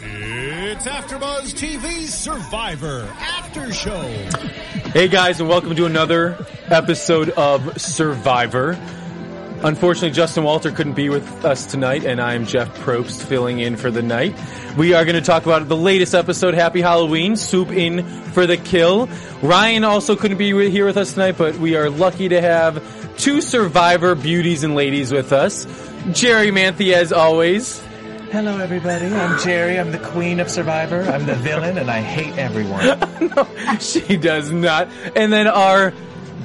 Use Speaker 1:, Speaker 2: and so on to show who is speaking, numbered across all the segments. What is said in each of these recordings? Speaker 1: It's AfterBuzz TV's Survivor After Show.
Speaker 2: Hey guys, and welcome to another episode of Survivor. Unfortunately, Justin Walter couldn't be with us tonight, and I'm Jeff Probst filling in for the night. We are going to talk about the latest episode, Happy Halloween, Soup in for the Kill. Ryan also couldn't be wi- here with us tonight, but we are lucky to have two Survivor beauties and ladies with us. Jerry Manthe, as always.
Speaker 3: Hello, everybody. I'm Jerry. I'm the queen of Survivor. I'm the villain, and I hate everyone.
Speaker 2: she does not. And then our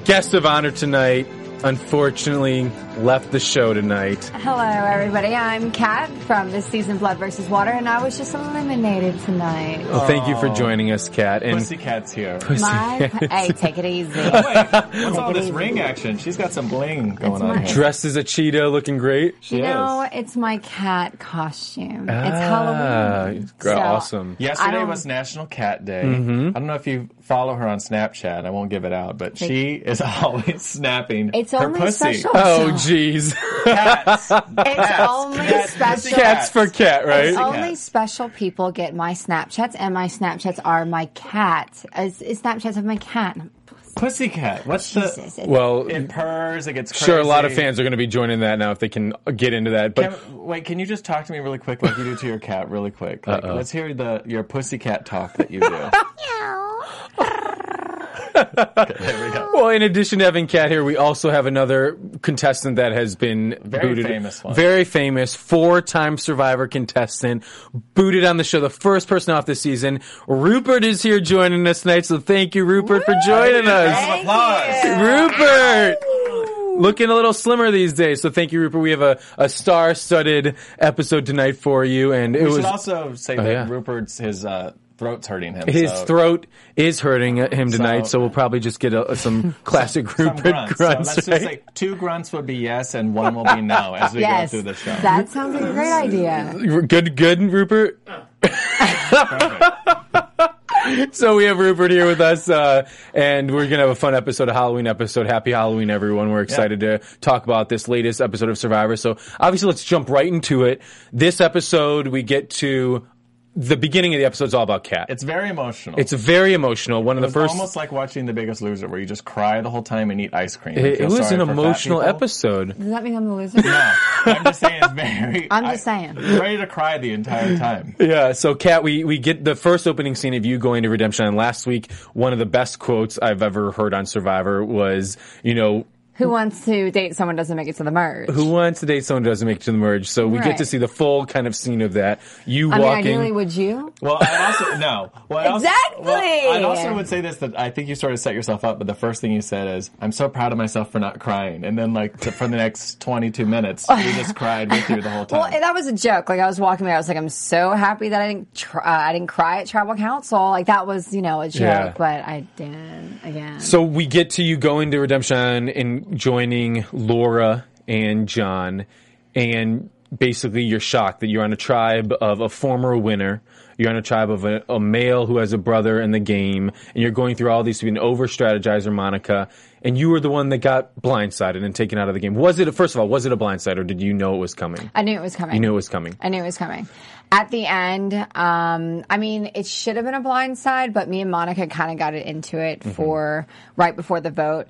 Speaker 2: guest of honor tonight, unfortunately, left the show tonight.
Speaker 4: Hello, everybody. I'm Kat from this season Blood versus Water, and I was just eliminated tonight.
Speaker 2: Well, thank you for joining us, Kat. And
Speaker 3: Pussycat's here.
Speaker 4: My, hey, take it easy.
Speaker 2: Oh,
Speaker 3: What's all this ring action? She's got some bling going on
Speaker 4: mine.
Speaker 3: here.
Speaker 2: dressed as a cheetah, looking great.
Speaker 3: She
Speaker 4: You
Speaker 3: is.
Speaker 4: know, it's my cat costume. it's
Speaker 2: Ah,
Speaker 4: Halloween.
Speaker 2: gr-
Speaker 4: so-
Speaker 2: awesome.
Speaker 4: I
Speaker 3: Yesterday
Speaker 4: don't-
Speaker 3: was National Cat Day. I don't know if you follow her on Snapchat. I won't give it out, but she is always snapping
Speaker 4: It's
Speaker 3: her
Speaker 4: only
Speaker 3: pussy.
Speaker 4: special.
Speaker 2: Oh, jeez.
Speaker 3: Cats.
Speaker 4: It's only special.
Speaker 2: Cats for cat, right?
Speaker 4: Only special people get my Snapchats, and my Snapchats are my cat. It's, it's Snapchats of my cat.
Speaker 3: Pussycat. What's
Speaker 4: Jesus,
Speaker 3: the?
Speaker 4: it's-
Speaker 2: Well,
Speaker 3: It purrs. It gets crazy.
Speaker 2: sure, a lot of fans are going to be joining that now if they can get into that. But
Speaker 3: Can- wait, can you just talk to me really quick, like you do to your cat, really quick? Like, let's hear the your pussycat talk that you do. there we go.
Speaker 2: Well, in addition to having Kat here, we also have another contestant that has been
Speaker 3: Very
Speaker 2: booted.
Speaker 3: famous one.
Speaker 2: Very famous, four-time Survivor contestant, booted on the show, the first person off this season. Rupert is here joining us tonight, so thank you, Rupert, for joining us.
Speaker 3: Applause.
Speaker 2: Rupert! Looking a little slimmer these days, so thank you, Rupert. We have a, a star-studded episode tonight for you, and it
Speaker 3: We
Speaker 2: was Oh,
Speaker 3: should also say that
Speaker 2: yeah.
Speaker 3: Rupert's his uh, throat's hurting him.
Speaker 2: his
Speaker 3: so-
Speaker 2: throat is hurting him tonight, so,
Speaker 3: So-
Speaker 2: we'll probably just get a, some classic
Speaker 3: Some
Speaker 2: Rupert
Speaker 3: grunts.
Speaker 2: grunts.
Speaker 3: so let's
Speaker 2: right?
Speaker 3: just say two grunts would be yes and one will be no as we
Speaker 4: Yes,
Speaker 3: go through the show.
Speaker 4: that sounds like a great idea.
Speaker 2: Good, good, Rupert. so we have Rupert here with us, uh, and we're gonna have a fun episode, a Halloween episode. Happy Halloween, everyone! We're excited to talk about this latest episode of Survivor. So obviously, let's jump right into it. This episode, we get to the beginning of the episode is all about Cat. It's,
Speaker 3: It's very emotional.
Speaker 2: very emotional. One of the
Speaker 3: It's
Speaker 2: first.
Speaker 3: almost like watching The Biggest Loser, where you just cry the whole time and eat ice cream. and
Speaker 2: it, it
Speaker 3: feel
Speaker 2: was
Speaker 3: sorry
Speaker 2: an
Speaker 3: for fat
Speaker 2: emotional
Speaker 3: people.
Speaker 2: episode.
Speaker 4: Does that mean I'm the loser?
Speaker 3: No, I'm just saying it's very.
Speaker 4: I'm just saying.
Speaker 3: I'm ready to cry the entire time.
Speaker 2: Yeah, so Kat, we, we get the first opening scene of you going to Redemption. And last week, one of the best quotes I've ever heard on Survivor was, you know,
Speaker 4: Who wants to date someone doesn't make it to the merge?
Speaker 2: who wants to date someone who doesn't make it to the merge? So we get
Speaker 4: Right.
Speaker 2: to see the full kind of scene of that. You
Speaker 4: I mean,
Speaker 2: walking.
Speaker 4: ideally, would you?
Speaker 3: Well, I also no. Well, I also-
Speaker 4: Exactly!
Speaker 3: well, I also would say this that I think you sort of set yourself up, but the first thing you said is, "I'm so proud of myself for not crying," and then like to, for the next 22 minutes, you just cried with you the whole time.
Speaker 4: Well, and that was a joke. Like I was walking there, I was like, I'm so happy that I didn't, tr- uh, I didn't cry at tribal council. Like that was, you know, a joke,
Speaker 2: Yeah.
Speaker 4: but I didn't again.
Speaker 2: so we get to you going to Redemption and joining Laura and John and basically you're shocked that you're on a tribe of a former winner. You're on a tribe of a, a male who has a brother in the game, and you're going through all these to be an over strategizer, Monica, and you were the one that got blindsided and taken out of the game. Was it, first of all, was it a blindside or did you know it was coming?
Speaker 4: I knew it was coming.
Speaker 2: You knew it was coming.
Speaker 4: I knew it was coming. At the end, um, I mean, it should have been a blind side, but me and Monica kind of got it into it for right before the vote.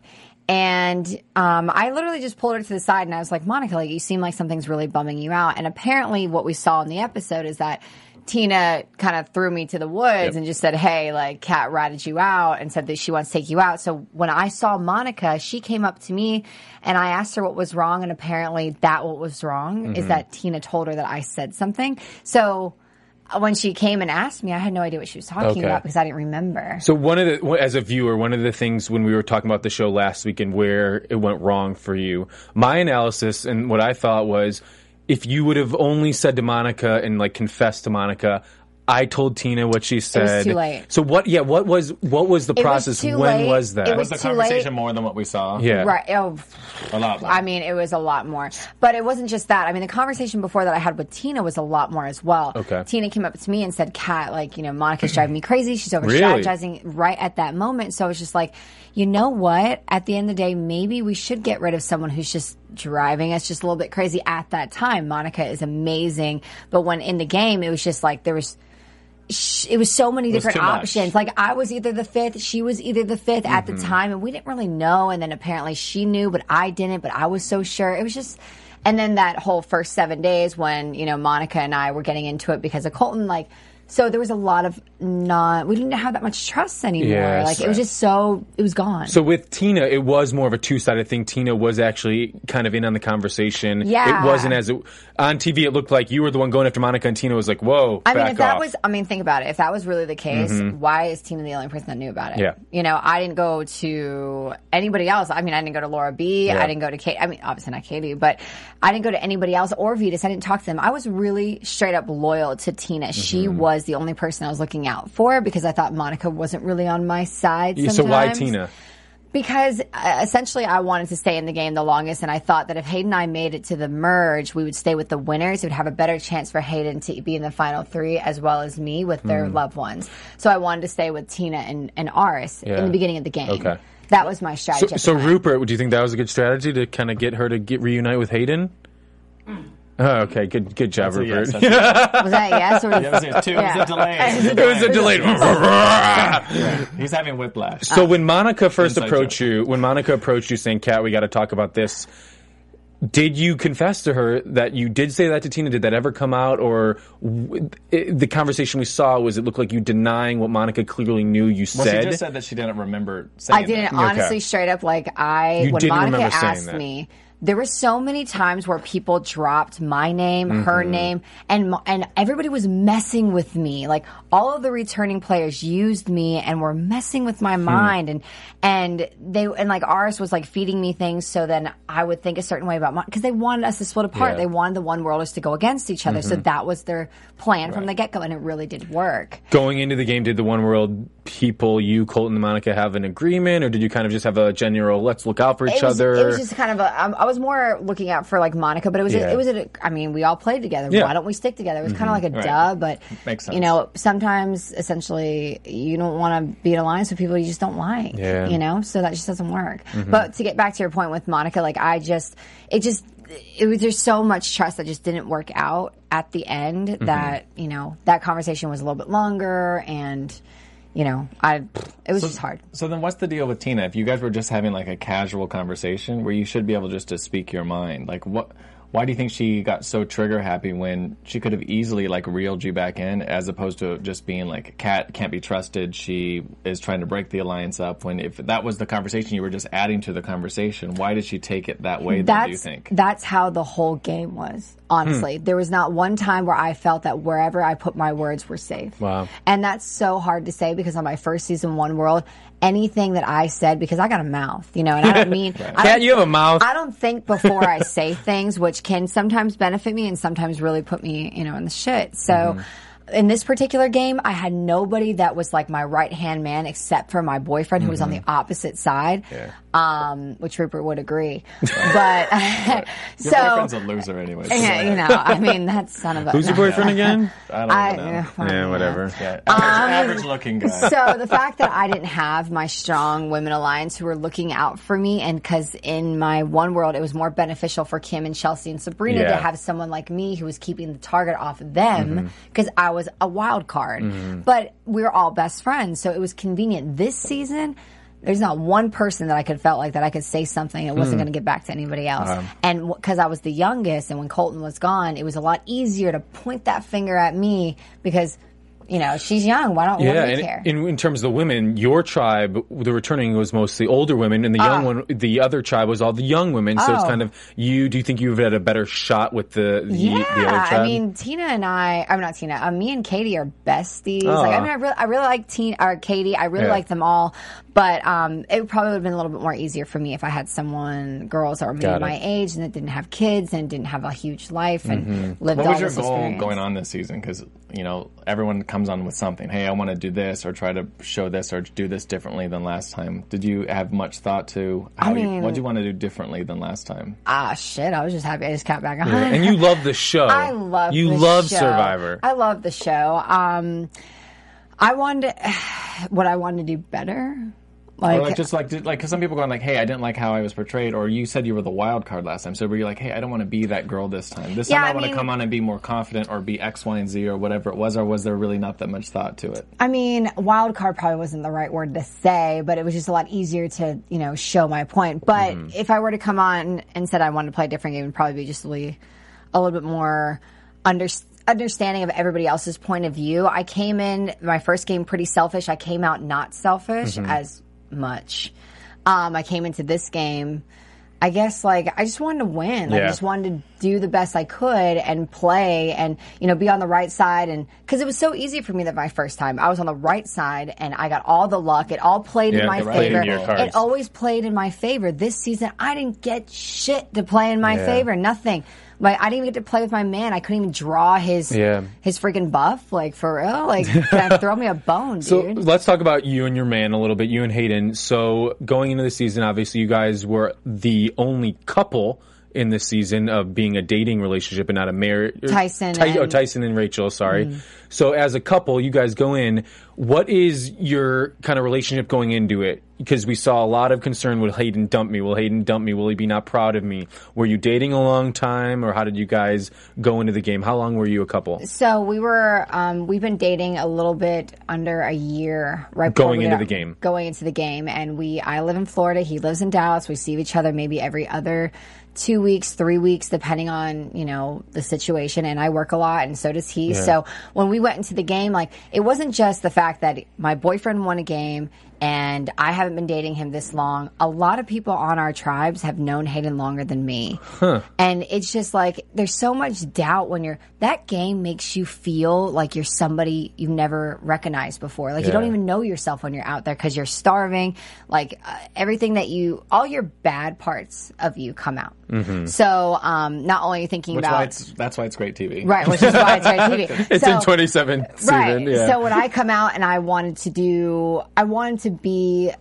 Speaker 4: And um, I literally just pulled her to the side and I was like, Monica, like you seem like something's really bumming you out. And apparently, what we saw in the episode is that Tina kind of threw me to the woods and just said, Hey, like Kat ratted you out and said that she wants to take you out. So when I saw Monica, she came up to me and I asked her what was wrong. And apparently that what was wrong
Speaker 2: Mm-hmm.
Speaker 4: is that Tina told her that I said something. So uh, when she came and asked me, I had no idea what she was talking
Speaker 2: Okay.
Speaker 4: about because I didn't remember.
Speaker 2: So one of the as a viewer, one of the things when we were talking about the show last week and where it went wrong for you, my analysis and what I thought was if you would have only said to Monica and like confessed to Monica, I told Tina what she said.
Speaker 4: too late.
Speaker 2: So what yeah, what was what was the
Speaker 4: was
Speaker 2: process?
Speaker 4: too
Speaker 2: when
Speaker 4: late.
Speaker 2: was that?
Speaker 4: It
Speaker 3: Was
Speaker 4: was
Speaker 3: the
Speaker 4: too late.
Speaker 3: conversation more than what we saw?
Speaker 2: yeah.
Speaker 4: Right. Oh,
Speaker 3: A lot more.
Speaker 4: I mean, it was a lot more. But it wasn't just that. I mean, the conversation before that I had with Tina was a lot more as well.
Speaker 2: Okay.
Speaker 4: Tina came up to me and said, Kat, like, you know, Monica's driving me crazy. She's over
Speaker 2: Really?
Speaker 4: strategizing right at that moment. So it's just like, you know what? At the end of the day, maybe we should get rid of someone who's just driving us just a little bit crazy at that time. Monica is amazing. But when in the game, it was just like there was sh- it was so many
Speaker 3: was
Speaker 4: different
Speaker 3: too much.
Speaker 4: options. Like I was either the fifth, she was either the 5th at
Speaker 3: Mm-hmm.
Speaker 4: the time, and we didn't really know. And then apparently she knew, but I didn't. But I was so sure it was just. And then that whole first seven days when you know Monica and I were getting into it because of Colton, like. So there was a lot of non. We didn't have that much trust anymore.
Speaker 2: Yes.
Speaker 4: like it was just so it was gone.
Speaker 2: So with Tina, it was more of a two-sided thing. Tina was actually kind of in on the conversation.
Speaker 4: Yeah.
Speaker 2: It wasn't as it, on TV. It looked like you were the one going after Monica, and Tina was like, "Whoa,
Speaker 4: I mean,
Speaker 2: back
Speaker 4: if that
Speaker 2: off." Mm-hmm.
Speaker 4: was, I mean, think about it. If that was really the case, why is Tina the only person that knew about it?
Speaker 2: Yeah.
Speaker 4: You know, I didn't go to anybody else. I mean, I didn't go to Laura B.
Speaker 2: Yeah.
Speaker 4: I didn't go to Kate. I mean, obviously not Katie, but I didn't go to anybody else or Vetus. I didn't talk to them. I was really straight up loyal to Tina. She
Speaker 2: Mm-hmm.
Speaker 4: was the only person I was looking out for because I thought Monica wasn't really on my side. Sometimes
Speaker 2: so why Tina?
Speaker 4: because uh, essentially I wanted to stay in the game the longest, and I thought that if Hayden and I made it to the merge, we would stay with the winners. It would have a better chance for Hayden to be in the final three, as well as me with their
Speaker 2: Hmm.
Speaker 4: loved ones. So I wanted to stay with Tina and, and Aris
Speaker 2: Yeah.
Speaker 4: in the beginning of the game.
Speaker 2: Okay.
Speaker 4: That was my strategy.
Speaker 2: So,
Speaker 4: at the
Speaker 2: so
Speaker 4: time.
Speaker 2: Rupert, do you think that was a good strategy to kind of get her to get reunite with Hayden?
Speaker 4: Mm.
Speaker 2: Oh, okay, good, good job,
Speaker 3: So yes,
Speaker 2: Rupert.
Speaker 3: that's- yeah,
Speaker 4: was that a yes or was
Speaker 3: it was- it was- it was a delay.
Speaker 2: it was a delayed.
Speaker 3: He's having whiplash.
Speaker 2: so when Monica first
Speaker 3: Inside
Speaker 2: approached
Speaker 3: joke.
Speaker 2: you, when Monica approached you saying, "Kat, we got to talk about this," did you confess to her that you did say that to Tina? Did that ever come out, or w- it, the conversation we saw was it looked like you denying what Monica clearly knew you
Speaker 3: Well,
Speaker 2: said?
Speaker 3: she just said that she didn't remember saying
Speaker 4: I didn't
Speaker 3: that.
Speaker 4: honestly straight up like I
Speaker 2: You
Speaker 4: when
Speaker 2: didn't
Speaker 4: Monica
Speaker 2: remember saying
Speaker 4: asked
Speaker 2: that.
Speaker 4: me there were so many times where people dropped my name,
Speaker 2: Mm-hmm.
Speaker 4: her name, and mo- and everybody was messing with me. Like all of the returning players used me and were messing with
Speaker 2: Hmm.
Speaker 4: my mind, and and they and like ours was like feeding me things. So then I would think a certain way about because they wanted us to split apart.
Speaker 2: Yeah. Mm-hmm.
Speaker 4: They wanted the one worlders to go against each other. So that was their plan from the get go, and it really did work.
Speaker 2: going into the game, did the one world people, you, Colton, and Monica, have an agreement, or did you kind of just have a general "let's look out for each
Speaker 4: it was,
Speaker 2: other"?
Speaker 4: It was just kind of a. Um, I was more looking out for like Monica, but it was.
Speaker 2: Yeah.
Speaker 4: A, it was. A, I mean, we all played together.
Speaker 2: Yeah. Mm-hmm.
Speaker 4: Why don't we stick together? It was kind of like a duh, but
Speaker 3: Makes sense.
Speaker 4: You know, sometimes essentially you don't want to be in alliance with people you just don't like.
Speaker 2: Yeah. Mm-hmm.
Speaker 4: You know, so that just doesn't work. But to get back to your point with Monica, like I just, it just, it was there's so much trust that just didn't work out at the end.
Speaker 2: Mm-hmm.
Speaker 4: That you know that conversation was a little bit longer and. You know, I it was just hard.
Speaker 3: So then, what's the deal with Tina? If you guys were just having like a casual conversation, where you should be able just to speak your mind, like what? Why do you think she got so trigger happy when she could have easily like reeled you back in, as opposed to just being like, "Cat can't be trusted. She is trying to break the alliance up." When if that was the conversation, you were just adding to the conversation. Why did she take it that way? Then, do you
Speaker 4: that's
Speaker 3: think? Hmm.
Speaker 4: that's how the whole game was. Honestly, there was not one time where I felt that wherever I put my words were safe.
Speaker 2: Wow.
Speaker 4: And that's so hard to say because on my first season one world, anything that I said because I got a mouth, you know, and I don't mean I
Speaker 2: Kat,
Speaker 4: don't,
Speaker 2: you have a mouth.
Speaker 4: I don't think before I say things, which can sometimes benefit me and sometimes really put me, you know, in the shit. So in this particular game, I had nobody that was like my right hand man except for my boyfriend who was on the opposite side, um, which Rupert would agree. but
Speaker 3: Your
Speaker 4: so,
Speaker 3: boyfriend's a loser anyway. so
Speaker 4: yeah, you know, I mean, that's son of a.
Speaker 2: Who's your boyfriend again?
Speaker 3: I
Speaker 4: I-
Speaker 3: don't know.
Speaker 4: yeah, Um, well,
Speaker 2: yeah, whatever.
Speaker 3: Yeah, average, looking guy.
Speaker 4: so the fact that I didn't have my strong women alliance who were looking out for me, and because in my one world it was more beneficial for Kim and Chelsea and Sabrina to
Speaker 2: Yeah.
Speaker 4: have someone like me who was keeping the target off of them because I was a wild card. But we were all best friends, so it was convenient. This season. There's not one person that I could felt like that I could say something. It wasn't going to get back to anybody else. and because I was the youngest, and when Colton was gone, it was a lot easier to point that finger at me because, you know, she's young. Why don't yeah,
Speaker 2: Yeah, and in, in terms of the women, your tribe, the returning was mostly older women, and the young one, the other tribe was all the young women. So it's
Speaker 4: Ah. Oh.
Speaker 2: kind of you. Do you think you've had a better shot with the the,
Speaker 4: yeah,
Speaker 2: the other tribe?
Speaker 4: I mean, Tina and I, I'm not Tina, uh, me and Katie are besties. Like, I mean, I really, I really like Tina, or Katie, I really
Speaker 2: Ah. Yeah.
Speaker 4: like them all, but um, it probably would have been a little bit more easier for me if I had someone, girls that were maybe
Speaker 2: Got it.
Speaker 4: my age and that didn't have kids and didn't have a huge life and
Speaker 2: Mm-hmm.
Speaker 4: lived
Speaker 3: What
Speaker 4: all
Speaker 3: was your
Speaker 4: this
Speaker 3: goal
Speaker 4: experience.
Speaker 3: going on this season? Because you know everyone comes on with something. Hey, I want to do this, or try to show this, or do this differently than last time. Did you have much thought to how you, what do you want to do differently than last time?
Speaker 4: Ah, shit, I was just happy I just got back on.
Speaker 2: and you love the show.
Speaker 4: I love
Speaker 2: you
Speaker 4: the
Speaker 2: love
Speaker 4: show.
Speaker 2: Survivor.
Speaker 4: I love the show. Um, I wanted to, what I wanted to do better.
Speaker 3: or like just like did, like because some people going like, hey, I didn't like how I was portrayed, or you said you were the wild card last time. So were you like, hey, I don't want to be that girl this time. This
Speaker 4: Yeah,
Speaker 3: time I,
Speaker 4: I
Speaker 3: want to
Speaker 4: mean-
Speaker 3: come on and be more confident, or be X, Y, and Z, or whatever it was. Or was there really not that much thought to it?
Speaker 4: I mean, wild card probably wasn't the right word to say, but it was just a lot easier to, you know, show my point. But if I were to come on and said I wanted to play a different game, it would probably be just really a little bit more under, understanding of everybody else's point of view. I came in my first game pretty selfish. I came out not selfish as much. Um, I came into this game. I guess like I just wanted to win. Like,
Speaker 2: Yeah.
Speaker 4: I just wanted to do the best I could and play and you know be on the right side and because it was so easy for me that my first time I was on the right side and I got all the luck. It all played
Speaker 2: Yeah,
Speaker 4: in my
Speaker 2: it
Speaker 3: played
Speaker 4: favor.
Speaker 3: into your cards.
Speaker 4: It always played in my favor. This season I didn't get shit to play in my
Speaker 2: Yeah.
Speaker 4: favor. Nothing. Like I didn't even get to play with my man. I couldn't even draw his
Speaker 2: Yeah.
Speaker 4: his freaking buff. Like for real. Like can I throw me a bone, dude.
Speaker 2: So let's talk about you and your man a little bit, you and Hayden. So going into the season, obviously you guys were the only couple in this season of being a dating relationship and not a marriage.
Speaker 4: Tyson
Speaker 2: Ty- oh,
Speaker 4: and- Mm.
Speaker 2: Tyson and Rachel. Sorry. So as a couple, you guys go in. What is your kind of relationship going into it? Because we saw a lot of concern. Will Hayden dump me? Will Hayden dump me? Will he be not proud of me? Were you dating a long time, or how did you guys go into the game? How long were you a couple?
Speaker 4: So we were, um, we've been dating a little bit under a year,
Speaker 2: Going
Speaker 4: right? before we
Speaker 2: into
Speaker 4: got-
Speaker 2: the game.
Speaker 4: Going into the game, and we, I live in Florida, he lives in Dallas. We see each other maybe every other two weeks, three weeks, depending on you know the situation. And I work a lot, and so does he. So when we went into the game, like it wasn't just the fact that my boyfriend won a game. And I haven't been dating him this long. A lot of people on our tribes have known Hayden longer than me. And it's just like there's so much doubt when you're that game makes you feel like you're somebody you've never recognized before. Like you don't even know yourself when you're out there because you're starving. Like uh, everything that you, all your bad parts of you come out.
Speaker 2: Mm-hmm.
Speaker 4: So um, not only are you thinking
Speaker 3: Which
Speaker 4: about
Speaker 3: why it's that's why it's great TV.
Speaker 4: right, which is why it's on TV.
Speaker 2: It's
Speaker 4: so,
Speaker 2: in 27 season.
Speaker 4: Right.
Speaker 2: Yeah.
Speaker 4: So when I come out and I wanted to do, I wanted to be,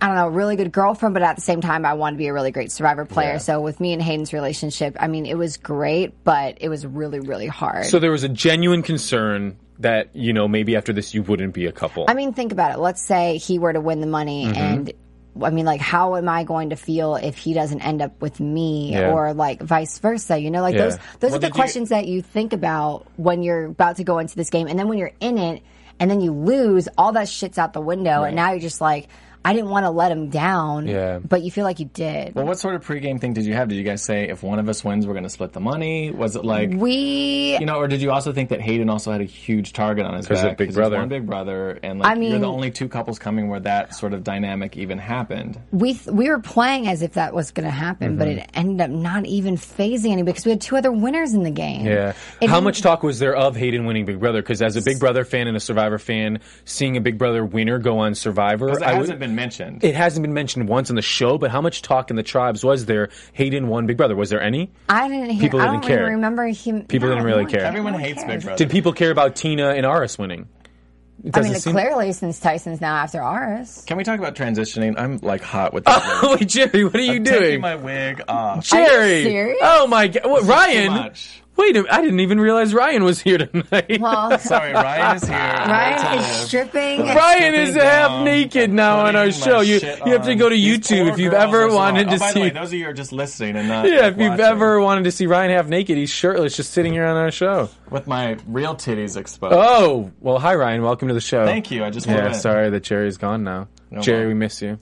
Speaker 4: I don't know, a really good girlfriend, but at the same time, I wanted to be a really great survivor player. So with me and Hayden's relationship, I mean, it was great, but it was really, really hard.
Speaker 2: So there was a genuine concern that you know maybe after this you wouldn't be a couple.
Speaker 4: I mean, think about it. Let's say he were to win the money
Speaker 2: Mm-hmm.
Speaker 4: and. I mean, like, how am I going to feel if he doesn't end up with me,
Speaker 2: Yeah.
Speaker 4: or like vice versa? You know, like
Speaker 2: Yeah.
Speaker 4: those those
Speaker 3: Well,
Speaker 4: are
Speaker 3: did
Speaker 4: the
Speaker 3: you-
Speaker 4: questions that you think about when you're about to go into this game, and then when you're in it, and then you lose, all that shit's out the window, and now you're just like, I didn't want to let him down,
Speaker 2: Yeah.
Speaker 4: but you feel like you did.
Speaker 3: Well, what sort of pregame thing did you have? Did you guys say if one of us wins, we're going to split the money? Was it like
Speaker 4: we
Speaker 3: you know, or did you also think that Hayden also had a huge target on his
Speaker 2: 'Cause
Speaker 3: back
Speaker 2: of Big
Speaker 3: he's
Speaker 2: Brother.
Speaker 3: one Big Brother, and like
Speaker 4: I mean-
Speaker 3: you're the only two couples coming where that sort of dynamic even happened.
Speaker 4: we th- we were playing as if that was going to happen, but
Speaker 2: Mm-hmm.
Speaker 4: it ended up not even phasing any because we had two other winners in the game.
Speaker 2: yeah.
Speaker 4: It
Speaker 2: How
Speaker 4: didn't-
Speaker 2: much talk was there of Hayden winning Big Brother? Because as a Big Brother fan and a Survivor fan, seeing a Big Brother winner go on Survivor,
Speaker 3: Because it
Speaker 2: I
Speaker 3: hasn't
Speaker 2: would-
Speaker 3: been mentioned.
Speaker 2: It hasn't been mentioned once on the show, but how much talk in the tribes was there? Hayden won Big Brother. Was there any?
Speaker 4: I didn't hear.
Speaker 2: People
Speaker 4: I
Speaker 2: didn't
Speaker 4: don't even
Speaker 2: care.
Speaker 4: remember him.
Speaker 2: People didn't
Speaker 4: no
Speaker 2: really
Speaker 4: one
Speaker 2: care.
Speaker 4: cares.
Speaker 3: Everyone
Speaker 4: No one
Speaker 3: hates Big
Speaker 4: cares.
Speaker 3: Brother.
Speaker 2: Did people care about Tina and Aris winning? It
Speaker 4: I mean,
Speaker 2: doesn't
Speaker 4: it's clearly since Tyson's now after ours.
Speaker 3: Can we talk about transitioning? I'm like hot with this. wig.
Speaker 2: Wait, Jerry, what are you
Speaker 3: I'm
Speaker 2: doing?
Speaker 3: Taking my wig off.
Speaker 2: Jerry!
Speaker 4: serious?
Speaker 2: Oh my god. What, Ryan?
Speaker 3: much.
Speaker 2: Wait, a, I didn't even realize Ryan was here tonight.
Speaker 4: Well,
Speaker 3: Sorry, Ryan is here.
Speaker 4: Ryan is stripping.
Speaker 2: Ryan is
Speaker 3: Stripping
Speaker 2: half
Speaker 3: down,
Speaker 2: naked now on
Speaker 3: putting
Speaker 2: our
Speaker 3: my
Speaker 2: show. You
Speaker 3: shit
Speaker 2: you have to
Speaker 3: on.
Speaker 2: go to
Speaker 3: These
Speaker 2: YouTube
Speaker 3: poor
Speaker 2: if you've
Speaker 3: girls
Speaker 2: ever
Speaker 3: as well.
Speaker 2: wanted
Speaker 3: Oh,
Speaker 2: to
Speaker 3: by
Speaker 2: see.
Speaker 3: The way, those of you who are just listening and not.
Speaker 2: yeah,
Speaker 3: like,
Speaker 2: if you've
Speaker 3: watching.
Speaker 2: ever wanted to see Ryan half naked, he's shirtless, just sitting here on our show.
Speaker 3: with my real titties exposed.
Speaker 2: Oh, well, hi Ryan, welcome to the show.
Speaker 3: Thank you. I just
Speaker 2: Yeah,
Speaker 3: wanted to
Speaker 2: sorry that Jerry's gone now.
Speaker 3: No
Speaker 2: Jerry,
Speaker 3: problem.
Speaker 2: we miss you.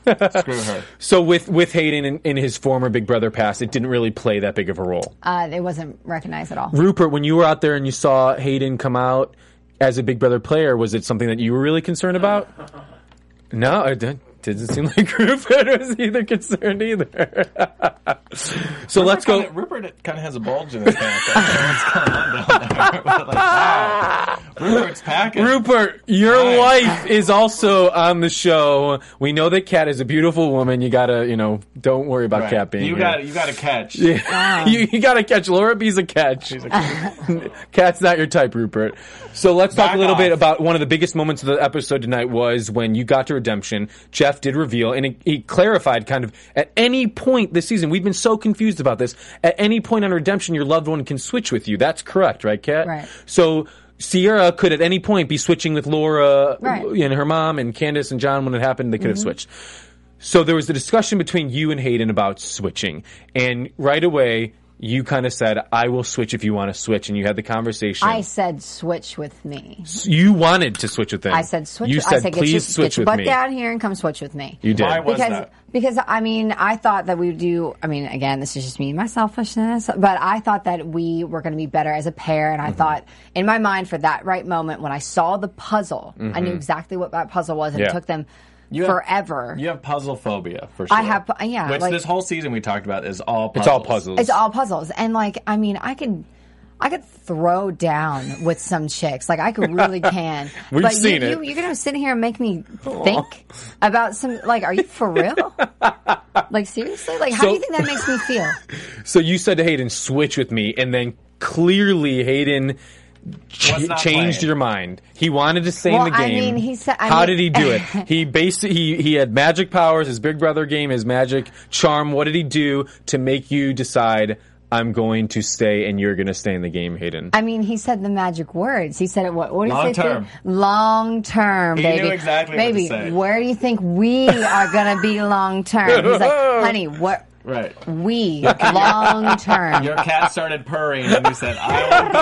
Speaker 3: screw her.
Speaker 2: So with with Hayden in, in his former Big Brother past, it didn't really play that big of a role.
Speaker 4: Uh, it wasn't recognized at all.
Speaker 2: Rupert, when you were out there and you saw Hayden come out as a Big Brother player, was it something that you were really concerned about? No, it didn't. Didn't seem like Rupert was either concerned either. so let's go.
Speaker 3: Kinda- Rupert kind of has a bulge in his pants. I don't know what's going on down there. But, like, wow. Rupert's packing.
Speaker 2: Rupert, your
Speaker 3: Hi.
Speaker 2: wife is also on the show. We know that Kat is a beautiful woman. You gotta, you know, don't worry about
Speaker 3: Right.
Speaker 2: Kat being
Speaker 3: you
Speaker 2: here.
Speaker 3: got you got to catch.
Speaker 2: you, you gotta catch Laura B's a catch. Cat's not your type, Rupert. So let's talk
Speaker 3: Back
Speaker 2: a little bit
Speaker 3: off.
Speaker 2: about one of the biggest moments of the episode tonight was when you got to redemption. Jeff did reveal and he, he clarified kind of at any point this season. We've been so confused about this. At any point on redemption, your loved one can switch with you. That's correct, right, Kat?
Speaker 4: Right.
Speaker 2: So. Sierra could at any point be switching with Laura
Speaker 4: Right.
Speaker 2: and her mom and Candace and John when it happened. They could have
Speaker 4: Mm-hmm.
Speaker 2: switched. So there was a discussion between you and Hayden about switching, and right away you kind of said, "I will switch if you want to switch," and you had the conversation.
Speaker 4: I said switch with me.
Speaker 2: you wanted to switch with them.
Speaker 4: I said switch.
Speaker 2: You
Speaker 4: with-
Speaker 2: said,
Speaker 4: I said
Speaker 2: "Please
Speaker 4: get your,
Speaker 2: switch
Speaker 4: get your
Speaker 2: with
Speaker 4: butt
Speaker 2: me."
Speaker 4: down here and come switch with me.
Speaker 2: You did.
Speaker 3: Why was
Speaker 4: because
Speaker 3: that?
Speaker 4: because I mean I thought that we would do I mean again this is just me and my selfishness but I thought that we were going to be better as a pair and I thought in my mind for that right moment when I saw the puzzle I knew exactly what that puzzle was and
Speaker 2: Yeah.
Speaker 4: it took them
Speaker 3: You have-
Speaker 4: forever
Speaker 3: You have puzzle phobia for sure.
Speaker 4: I have pu- yeah,
Speaker 3: Which
Speaker 4: like-
Speaker 3: this whole season we talked about is all puzzles.
Speaker 2: it's all puzzles.
Speaker 4: It's all puzzles. And like, I mean, I could I could throw down with some chicks. Like I could really can.
Speaker 2: We've
Speaker 4: but
Speaker 2: seen
Speaker 4: you,
Speaker 2: it.
Speaker 4: You, you're gonna sit here and make me think about some like, are you for real? like seriously? Like how do you
Speaker 2: So-
Speaker 4: think that makes me feel?
Speaker 2: so you said to Hayden, "Switch with me," and then clearly Hayden. ch-
Speaker 3: Was not
Speaker 2: changed
Speaker 3: playing.
Speaker 2: your mind. He wanted to stay
Speaker 4: Well,
Speaker 2: in the
Speaker 4: I
Speaker 2: game.
Speaker 4: mean, he said- I
Speaker 2: How
Speaker 4: mean-
Speaker 2: did he do it? He based he he had magic powers. His Big Brother game, his magic charm. What did he do to make you decide? I'm going to stay, and you're going to stay in the game, Hayden.
Speaker 4: I mean, he said the magic words. He said it. What? What do you
Speaker 3: Long
Speaker 4: say?
Speaker 3: term.
Speaker 4: Long term,
Speaker 3: He
Speaker 4: baby.
Speaker 3: knew exactly what to
Speaker 4: baby,
Speaker 3: say.
Speaker 4: where do you think we are gonna be long term? He's like, honey, what?
Speaker 3: Right.
Speaker 4: We long term.
Speaker 3: Your cat started purring and you said, I will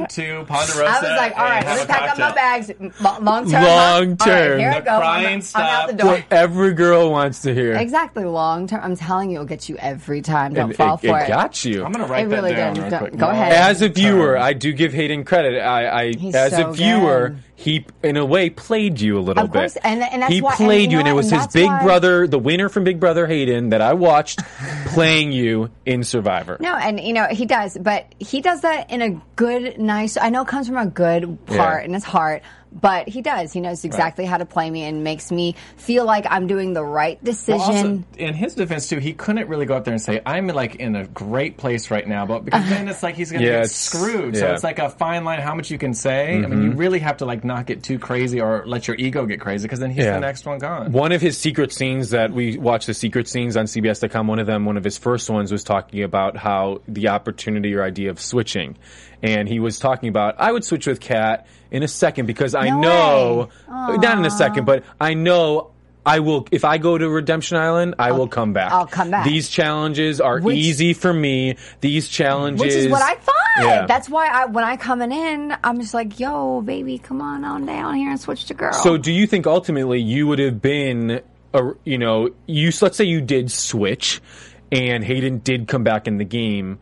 Speaker 3: go to Ponderosa.
Speaker 4: I was like, all right,
Speaker 3: and have
Speaker 4: let me
Speaker 3: a
Speaker 4: pack up
Speaker 3: cocktail."
Speaker 4: my bags. M- Long term.
Speaker 2: Long term.
Speaker 4: here I
Speaker 3: The
Speaker 4: go. I'm-
Speaker 3: crying
Speaker 4: I'm, out
Speaker 3: stop.
Speaker 4: the door.
Speaker 2: Every girl wants to hear.
Speaker 4: Exactly, long term. I'm telling you, it'll get you every time. Don't
Speaker 2: It,
Speaker 4: fall
Speaker 2: it-
Speaker 4: for it.
Speaker 2: it got you.
Speaker 3: I'm going to write
Speaker 4: It
Speaker 3: that
Speaker 4: really
Speaker 3: down
Speaker 4: did.
Speaker 3: real
Speaker 4: Don't-
Speaker 3: quick.
Speaker 4: go
Speaker 3: Long
Speaker 4: ahead.
Speaker 2: as a viewer,
Speaker 3: term.
Speaker 2: I do give Hayden credit. I, I
Speaker 4: He's
Speaker 2: as
Speaker 4: so
Speaker 2: a viewer,
Speaker 4: good.
Speaker 2: he in a way played you a little
Speaker 4: Of course,
Speaker 2: bit.
Speaker 4: and- and that's
Speaker 2: he
Speaker 4: why- and
Speaker 2: played
Speaker 4: you
Speaker 2: you, and
Speaker 4: know
Speaker 2: it
Speaker 4: what,
Speaker 2: was
Speaker 4: and
Speaker 2: his
Speaker 4: that's
Speaker 2: Big
Speaker 4: why-
Speaker 2: Brother, the winner from Big Brother, Hayden, that I watched playing you in Survivor.
Speaker 4: No, and you know he does, but he does that in a good, nice. I know it comes from a good
Speaker 2: Yeah.
Speaker 4: part in his heart, but he does. He knows exactly how to play me and makes me feel like I'm doing the right decision.
Speaker 3: Well, also, in his defense too, he couldn't really go up there and say, "I'm like in a great place right now," but because then it's like he's going to
Speaker 2: Yeah,
Speaker 3: get
Speaker 2: it's-
Speaker 3: screwed. So
Speaker 2: yeah. Mm-hmm.
Speaker 3: it's like a fine line: how much you can say. I mean, you really have to like not get too crazy or let your ego get crazy because then he's
Speaker 2: Yeah.
Speaker 3: the next one gone.
Speaker 2: One of his secret scenes that we watched the secret scenes on CBS.com, one of them, one of his first ones was talking about how the opportunity or idea of switching. And he was talking about, I would switch with Kat in a second because I
Speaker 4: No
Speaker 2: know, not in a second, but I know I will, if I go to Redemption Island, I will come back.
Speaker 4: I'll come back.
Speaker 2: These challenges are
Speaker 4: Which-
Speaker 2: easy for me. These challenges.
Speaker 4: Which is what I thought.
Speaker 2: Yeah.
Speaker 4: That's why I, when I coming in, I'm just like, "Yo, baby, come on on down here and switch to girl."
Speaker 2: So, do you think ultimately you would have been, a, you know, you let's say you did switch, and Hayden did come back in the game.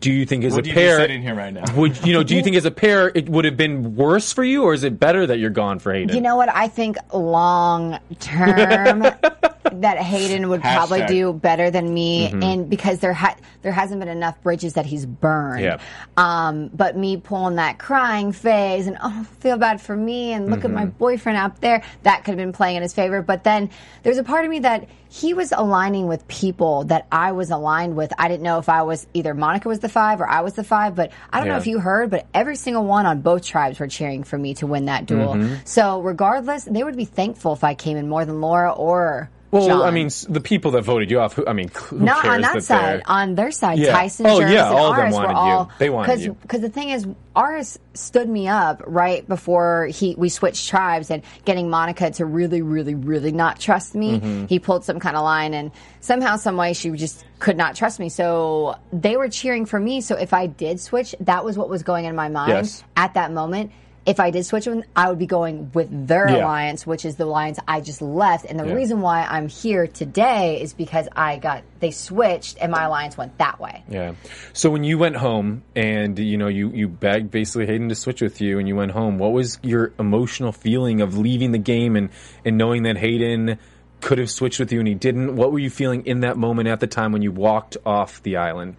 Speaker 2: Do you think as
Speaker 3: Would
Speaker 2: a
Speaker 3: you be
Speaker 2: pair,
Speaker 3: sitting here right now?
Speaker 2: would you know? Do you think as a pair it would have been worse for you, or is it better that you're gone for Hayden?
Speaker 4: you know what? I think long term, that Hayden would probably
Speaker 3: Hashtag.
Speaker 4: do better than me,
Speaker 2: Mm-hmm.
Speaker 4: and because there ha- there hasn't been enough bridges that he's burned.
Speaker 2: Yeah.
Speaker 4: Um, but me pulling that crying phase and oh, feel bad for me, and look at
Speaker 2: Mm-hmm.
Speaker 4: my boyfriend out there, that could have been playing in his favor. But then there's a part of me that he was aligning with people that I was aligned with. I didn't know if I was either Monica was the five or I was the five, but I don't know
Speaker 3: Yeah.
Speaker 4: if you heard, but every single one on both tribes were cheering for me to win that duel.
Speaker 2: Mm-hmm.
Speaker 4: So regardless, they would be thankful if I came in more than Laura or
Speaker 2: Well,
Speaker 4: John.
Speaker 2: I mean, s- the people that voted you off. Who, I mean, who
Speaker 4: Not
Speaker 2: cares
Speaker 4: on that
Speaker 2: they're-
Speaker 4: side. On their side,
Speaker 2: Yeah.
Speaker 4: Tyson,
Speaker 2: Oh,
Speaker 4: Jervis,
Speaker 2: yeah,
Speaker 4: and
Speaker 2: all of them
Speaker 4: Aris were
Speaker 2: wanted you.
Speaker 4: all.
Speaker 2: They wanted
Speaker 4: cause,
Speaker 2: you.
Speaker 4: Because the thing is, Aris stood me up right before he we switched tribes and getting Monica to really, really, really not trust me.
Speaker 2: Mm-hmm.
Speaker 4: He pulled some kind of line, and somehow, some way, she just could not trust me. So they were cheering for me. So if I did switch, that was what was going in my mind
Speaker 2: Yes.
Speaker 4: at that moment. If I did switch them, I would be going with their
Speaker 2: Yeah.
Speaker 4: alliance, which is the alliance I just left. And the
Speaker 2: Yeah.
Speaker 4: reason why I'm here today is because I got they switched and my alliance went that way.
Speaker 2: Yeah. So when you went home and you know you you begged basically Hayden to switch with you and you went home, what was your emotional feeling of leaving the game and and knowing that Hayden could have switched with you and he didn't? What were you feeling in that moment at the time when you walked off the island?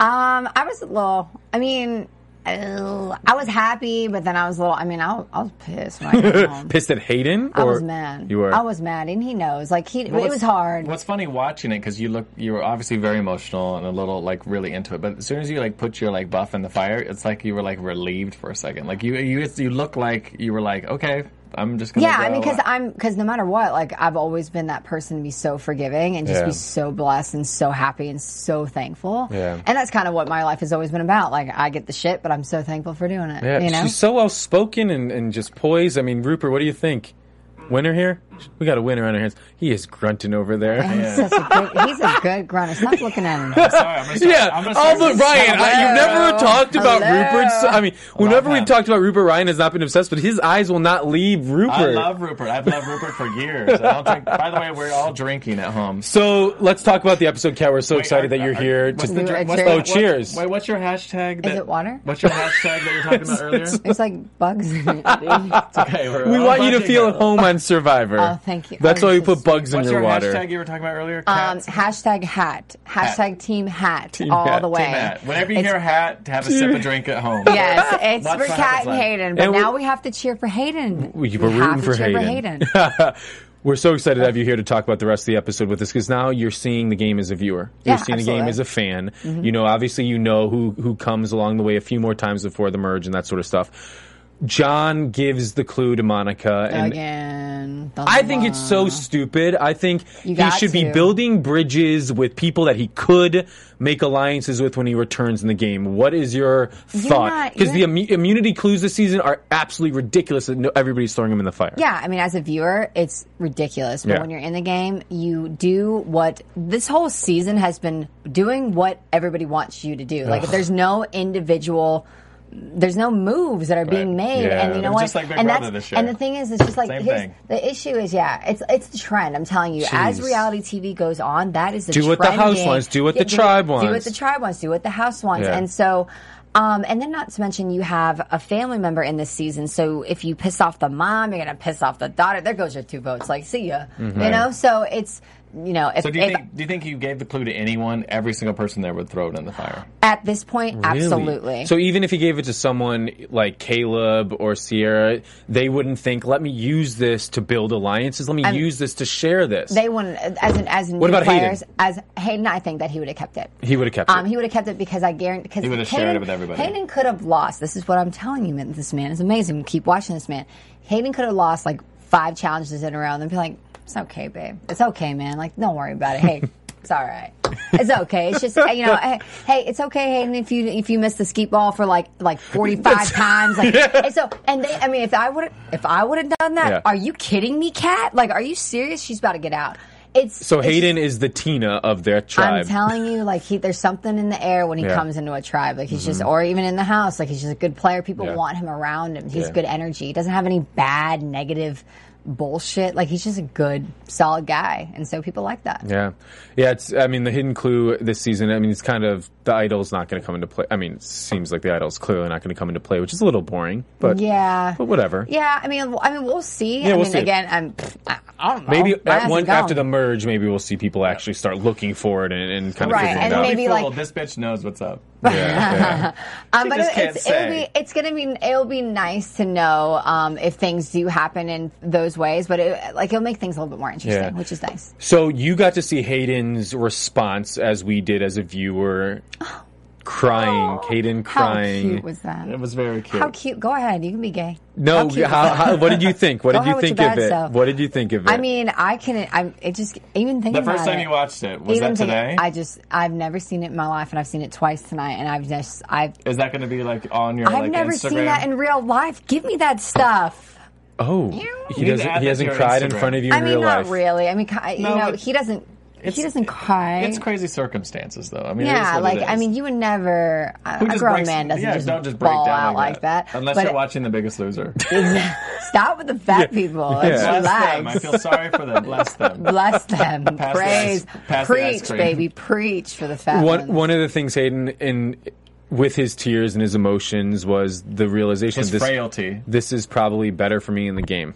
Speaker 4: Um, I was a little. I mean, oh, I was happy, but then I was a little. I mean, I, was- I was pissed when I got home.
Speaker 2: Pissed at Hayden?
Speaker 4: I
Speaker 2: or
Speaker 4: was mad.
Speaker 2: You were.
Speaker 4: I was mad, and he knows. Like he, it
Speaker 3: What's-
Speaker 4: was hard.
Speaker 3: What's funny watching it because you look, you were obviously very emotional and a little like really into it. But as soon as you like put your like buff in the fire, it's like you were like relieved for a second. Like you, you, you look like you were like, okay, I'm just gonna.
Speaker 4: Yeah,
Speaker 3: go.
Speaker 4: I mean, because I'm because no matter what, like I've always been that person to be so forgiving and just
Speaker 2: Yeah.
Speaker 4: be so blessed and so happy and so thankful.
Speaker 2: Yeah.
Speaker 4: and that's kind of what my life has always been about. Like I get the shit, but I'm so thankful for doing it.
Speaker 2: yeah,
Speaker 4: you know,
Speaker 2: she's so well spoken and, and just poised. I mean, Rupert, what do you think? Winner here? We got a winner on our hands. He is grunting over there.
Speaker 4: he's such a good. He's a good grunter. Stop looking at him.
Speaker 3: Sorry, I'm gonna start-
Speaker 2: Yeah,
Speaker 3: I'm gonna
Speaker 2: all
Speaker 3: start-
Speaker 2: but Ryan. I, you never talked about
Speaker 4: Hello.
Speaker 2: Rupert's. I mean, whenever we've
Speaker 3: him.
Speaker 2: talked about Rupert, Ryan has not been obsessed, but his eyes will not leave Rupert.
Speaker 3: I love Rupert. I've loved Rupert for years. I don't drink. By the way, we're all drinking at home.
Speaker 2: so let's talk about the episode, Cat. We're so excited that you're here.
Speaker 3: What's
Speaker 2: to,
Speaker 3: the
Speaker 4: drink?
Speaker 3: drink?
Speaker 4: What's
Speaker 2: oh,
Speaker 4: what-
Speaker 2: cheers.
Speaker 3: Wait, what's your hashtag?
Speaker 4: Is it water?
Speaker 3: What's your hashtag that you're talking about earlier?
Speaker 4: It's like bugs. in it, dude.
Speaker 3: okay, we're
Speaker 2: we
Speaker 3: all
Speaker 2: want you to
Speaker 3: bunching
Speaker 2: feel
Speaker 3: up.
Speaker 2: at home on Survivor.
Speaker 4: Oh, thank you.
Speaker 2: That's
Speaker 4: Oh,
Speaker 2: why we
Speaker 4: this
Speaker 2: put
Speaker 4: is-
Speaker 2: bugs in
Speaker 3: What's
Speaker 2: your,
Speaker 3: your
Speaker 2: water.
Speaker 3: hashtag you were talking about earlier?
Speaker 4: Um,
Speaker 3: Cats?
Speaker 4: hashtag hat. Hashtag team hat all
Speaker 2: hat,
Speaker 4: the way.
Speaker 3: Team hat. Whenever you
Speaker 4: It's-
Speaker 3: hear hat, have a sip of drink at home.
Speaker 4: Yes, it's
Speaker 3: Lots
Speaker 4: for
Speaker 3: of
Speaker 4: Cat
Speaker 3: happens
Speaker 4: and
Speaker 3: like-
Speaker 4: Hayden. But
Speaker 2: And we-
Speaker 4: now we have to cheer for Hayden.
Speaker 2: We were
Speaker 4: have
Speaker 2: rooting
Speaker 4: to
Speaker 2: for
Speaker 4: cheer
Speaker 2: Hayden. We're so excited to have you here to talk about the rest of the episode with us because now you're seeing the game as a viewer. You're
Speaker 4: Yeah,
Speaker 2: seeing the game
Speaker 4: absolutely. Mm-hmm.
Speaker 2: as a fan. You know, obviously, you know who who comes along the way a few more times before the merge and that sort of stuff. John gives the clue to Monica, and
Speaker 4: Again.
Speaker 2: I think it's so stupid. I think
Speaker 4: You
Speaker 2: he
Speaker 4: got
Speaker 2: should be
Speaker 4: to.
Speaker 2: building bridges with people that he could make alliances with when he returns in the game. What is your thought?
Speaker 4: not-
Speaker 2: Because the
Speaker 4: you're-
Speaker 2: immu- immunity clues this season are absolutely ridiculous. That no, everybody's throwing him in the fire.
Speaker 4: Yeah, I mean, as a viewer, it's ridiculous. But
Speaker 2: Yeah.
Speaker 4: when you're in the game, you do what this whole season has been doing what everybody wants you to do. Like, if there's no individual. There's no moves that are being
Speaker 3: Right.
Speaker 4: made,
Speaker 2: Yeah.
Speaker 4: and you
Speaker 2: It
Speaker 4: know
Speaker 3: was
Speaker 4: what?
Speaker 3: just like Big
Speaker 4: and
Speaker 3: Brother
Speaker 4: that's
Speaker 3: this year.
Speaker 4: and the thing is, it's just like
Speaker 3: Same
Speaker 4: here's-
Speaker 3: thing.
Speaker 4: the issue is, yeah, it's it's the trend. I'm telling you, as
Speaker 2: Jeez.
Speaker 4: reality TV goes on, that is the
Speaker 2: Do what the house
Speaker 4: trending-
Speaker 2: wants, do what the
Speaker 4: do
Speaker 2: tribe
Speaker 4: do what
Speaker 2: wants.
Speaker 4: the tribe wants, do what the house wants,
Speaker 2: Yeah.
Speaker 4: and so. Um, and then not to mention you have a family member in this season. So if you piss off the mom, you're going to piss off the daughter. There goes your two votes. Like, see ya.
Speaker 2: Mm-hmm.
Speaker 4: You know? So it's, you know, if,
Speaker 3: So do you
Speaker 4: if-
Speaker 3: think do you think you gave the clue to anyone? Every single person there would throw it in the fire.
Speaker 4: at this point,
Speaker 2: Really?
Speaker 4: absolutely.
Speaker 2: So even if he gave it to someone like Caleb or Sierra, they wouldn't think, "Let me use this to build alliances. Let me use this to share this."
Speaker 4: they wouldn't, as an, as
Speaker 2: What
Speaker 4: new
Speaker 2: about Hayden?
Speaker 4: players, as Hayden, I think that he would have kept it.
Speaker 2: he would have kept
Speaker 4: Um,
Speaker 2: it.
Speaker 4: he would have kept it because I guarantee because
Speaker 3: He would have shared it with everybody.
Speaker 4: Hayden could have lost. This is what I'm telling you, man. This man is amazing. Keep watching this man. Hayden could have lost like five challenges in a row and then be like, "It's okay, babe. It's okay, man. Like, don't worry about it. Hey, it's all right. It's okay. It's just you know, hey, hey, it's okay, Hayden. If you if you miss the skeet ball for like like 45 times, like, and so and they, I mean, if I would if I would have done that,
Speaker 2: Yeah.
Speaker 4: are you kidding me, Kat? Like, are you serious? She's about to get out. It's
Speaker 2: So
Speaker 4: it's just-
Speaker 2: Hayden is the Tina of their
Speaker 4: I'm
Speaker 2: tribe.
Speaker 4: telling you, like he, there's something in the air when he
Speaker 2: Yeah. Mm-hmm.
Speaker 4: comes into a tribe. Like he's just, or even in the house, like he's just a good player. People
Speaker 2: Yeah.
Speaker 4: want him around him. He's
Speaker 2: Yeah.
Speaker 4: good energy. He doesn't have any bad, negative bullshit. Like he's just a good, solid guy, and so people like that.
Speaker 2: Yeah, yeah. It's I mean the hidden clue this season. I mean it's kind of the idol's not going to come into play. I mean it seems like the idol's clearly not going to come into play, which is a little boring. But
Speaker 4: Yeah.
Speaker 2: but whatever.
Speaker 4: Yeah, I mean, I mean, we'll see. I
Speaker 2: we'll
Speaker 4: mean,
Speaker 2: see.
Speaker 4: again, I'm, I- I don't know.
Speaker 2: Maybe
Speaker 4: My ass
Speaker 2: at
Speaker 4: is
Speaker 2: one,
Speaker 4: Oh, gone. Um,
Speaker 2: after the merge, maybe we'll see people actually start looking for it and, and kind of
Speaker 4: Right,
Speaker 2: figuring
Speaker 4: and
Speaker 2: it out.
Speaker 4: maybe, like-
Speaker 3: Fool, this bitch knows what's up.
Speaker 2: yeah, yeah.
Speaker 4: Um,
Speaker 3: She
Speaker 4: but
Speaker 3: just
Speaker 4: it-
Speaker 3: can't
Speaker 4: it's,
Speaker 3: say.
Speaker 4: it'll be, it's gonna be it'll be nice to know um, if things do happen in those ways, but it, like it'll make things a little bit more interesting,
Speaker 2: Yeah.
Speaker 4: which is nice.
Speaker 2: So you got to see Hayden's response as we did as a viewer, crying. Hayden
Speaker 4: Oh, How
Speaker 2: crying.
Speaker 4: cute was that?
Speaker 3: It was very cute.
Speaker 4: How cute. Go ahead. You can be gay.
Speaker 2: no,
Speaker 4: cute
Speaker 2: how,
Speaker 4: was that?
Speaker 2: how, what did you think? What
Speaker 4: Go
Speaker 2: did you
Speaker 4: ahead with
Speaker 2: think
Speaker 4: your
Speaker 2: of
Speaker 4: bad
Speaker 2: it?
Speaker 4: self.
Speaker 2: What did you think of it?
Speaker 4: I mean, I can. I'm. It just even thinking
Speaker 3: the first
Speaker 4: about
Speaker 3: time
Speaker 4: it-
Speaker 3: you watched it was
Speaker 4: even
Speaker 3: that
Speaker 4: thinking-
Speaker 3: today?
Speaker 4: I just. I've never seen it in my life, and I've seen it twice tonight, and I've just. I've.
Speaker 3: Is that going to be like on your?
Speaker 4: I've
Speaker 3: like,
Speaker 4: never
Speaker 3: Instagram?
Speaker 4: seen that in real life. Give me that stuff.
Speaker 2: oh, he
Speaker 3: You
Speaker 2: doesn't.
Speaker 3: add
Speaker 2: He
Speaker 3: that
Speaker 2: hasn't
Speaker 3: to your
Speaker 2: cried in
Speaker 3: Instagram.
Speaker 2: front of you in
Speaker 4: I mean,
Speaker 2: real
Speaker 4: not
Speaker 2: life.
Speaker 4: really. I mean, ki- you
Speaker 3: No,
Speaker 4: know,
Speaker 3: but
Speaker 4: he doesn't.
Speaker 3: it's-
Speaker 4: He doesn't cry.
Speaker 3: It's crazy circumstances, though. I mean, it is
Speaker 4: Yeah,
Speaker 3: what
Speaker 4: like
Speaker 3: it
Speaker 4: I
Speaker 3: is.
Speaker 4: mean, you would never. A
Speaker 3: Who
Speaker 4: a
Speaker 3: just
Speaker 4: grown
Speaker 3: breaks-
Speaker 4: man doesn't
Speaker 3: yeah,
Speaker 4: just,
Speaker 3: don't just break
Speaker 4: ball
Speaker 3: down
Speaker 4: out like that.
Speaker 3: Unless
Speaker 4: But
Speaker 3: you're watching The Biggest Loser.
Speaker 4: Stop with the fat people. Let's
Speaker 2: Yeah.
Speaker 3: Bless them. I
Speaker 4: relax.
Speaker 3: feel sorry for them. Bless them.
Speaker 4: Bless them.
Speaker 3: ice-
Speaker 4: Praise.
Speaker 3: pass the ice
Speaker 4: Preach,
Speaker 3: cream.
Speaker 4: baby. Preach for the fat
Speaker 2: One
Speaker 4: ones.
Speaker 2: one of the things Hayden in with his tears and his emotions was the realization
Speaker 3: His
Speaker 2: this
Speaker 3: frailty.
Speaker 2: This is probably better for me in the game,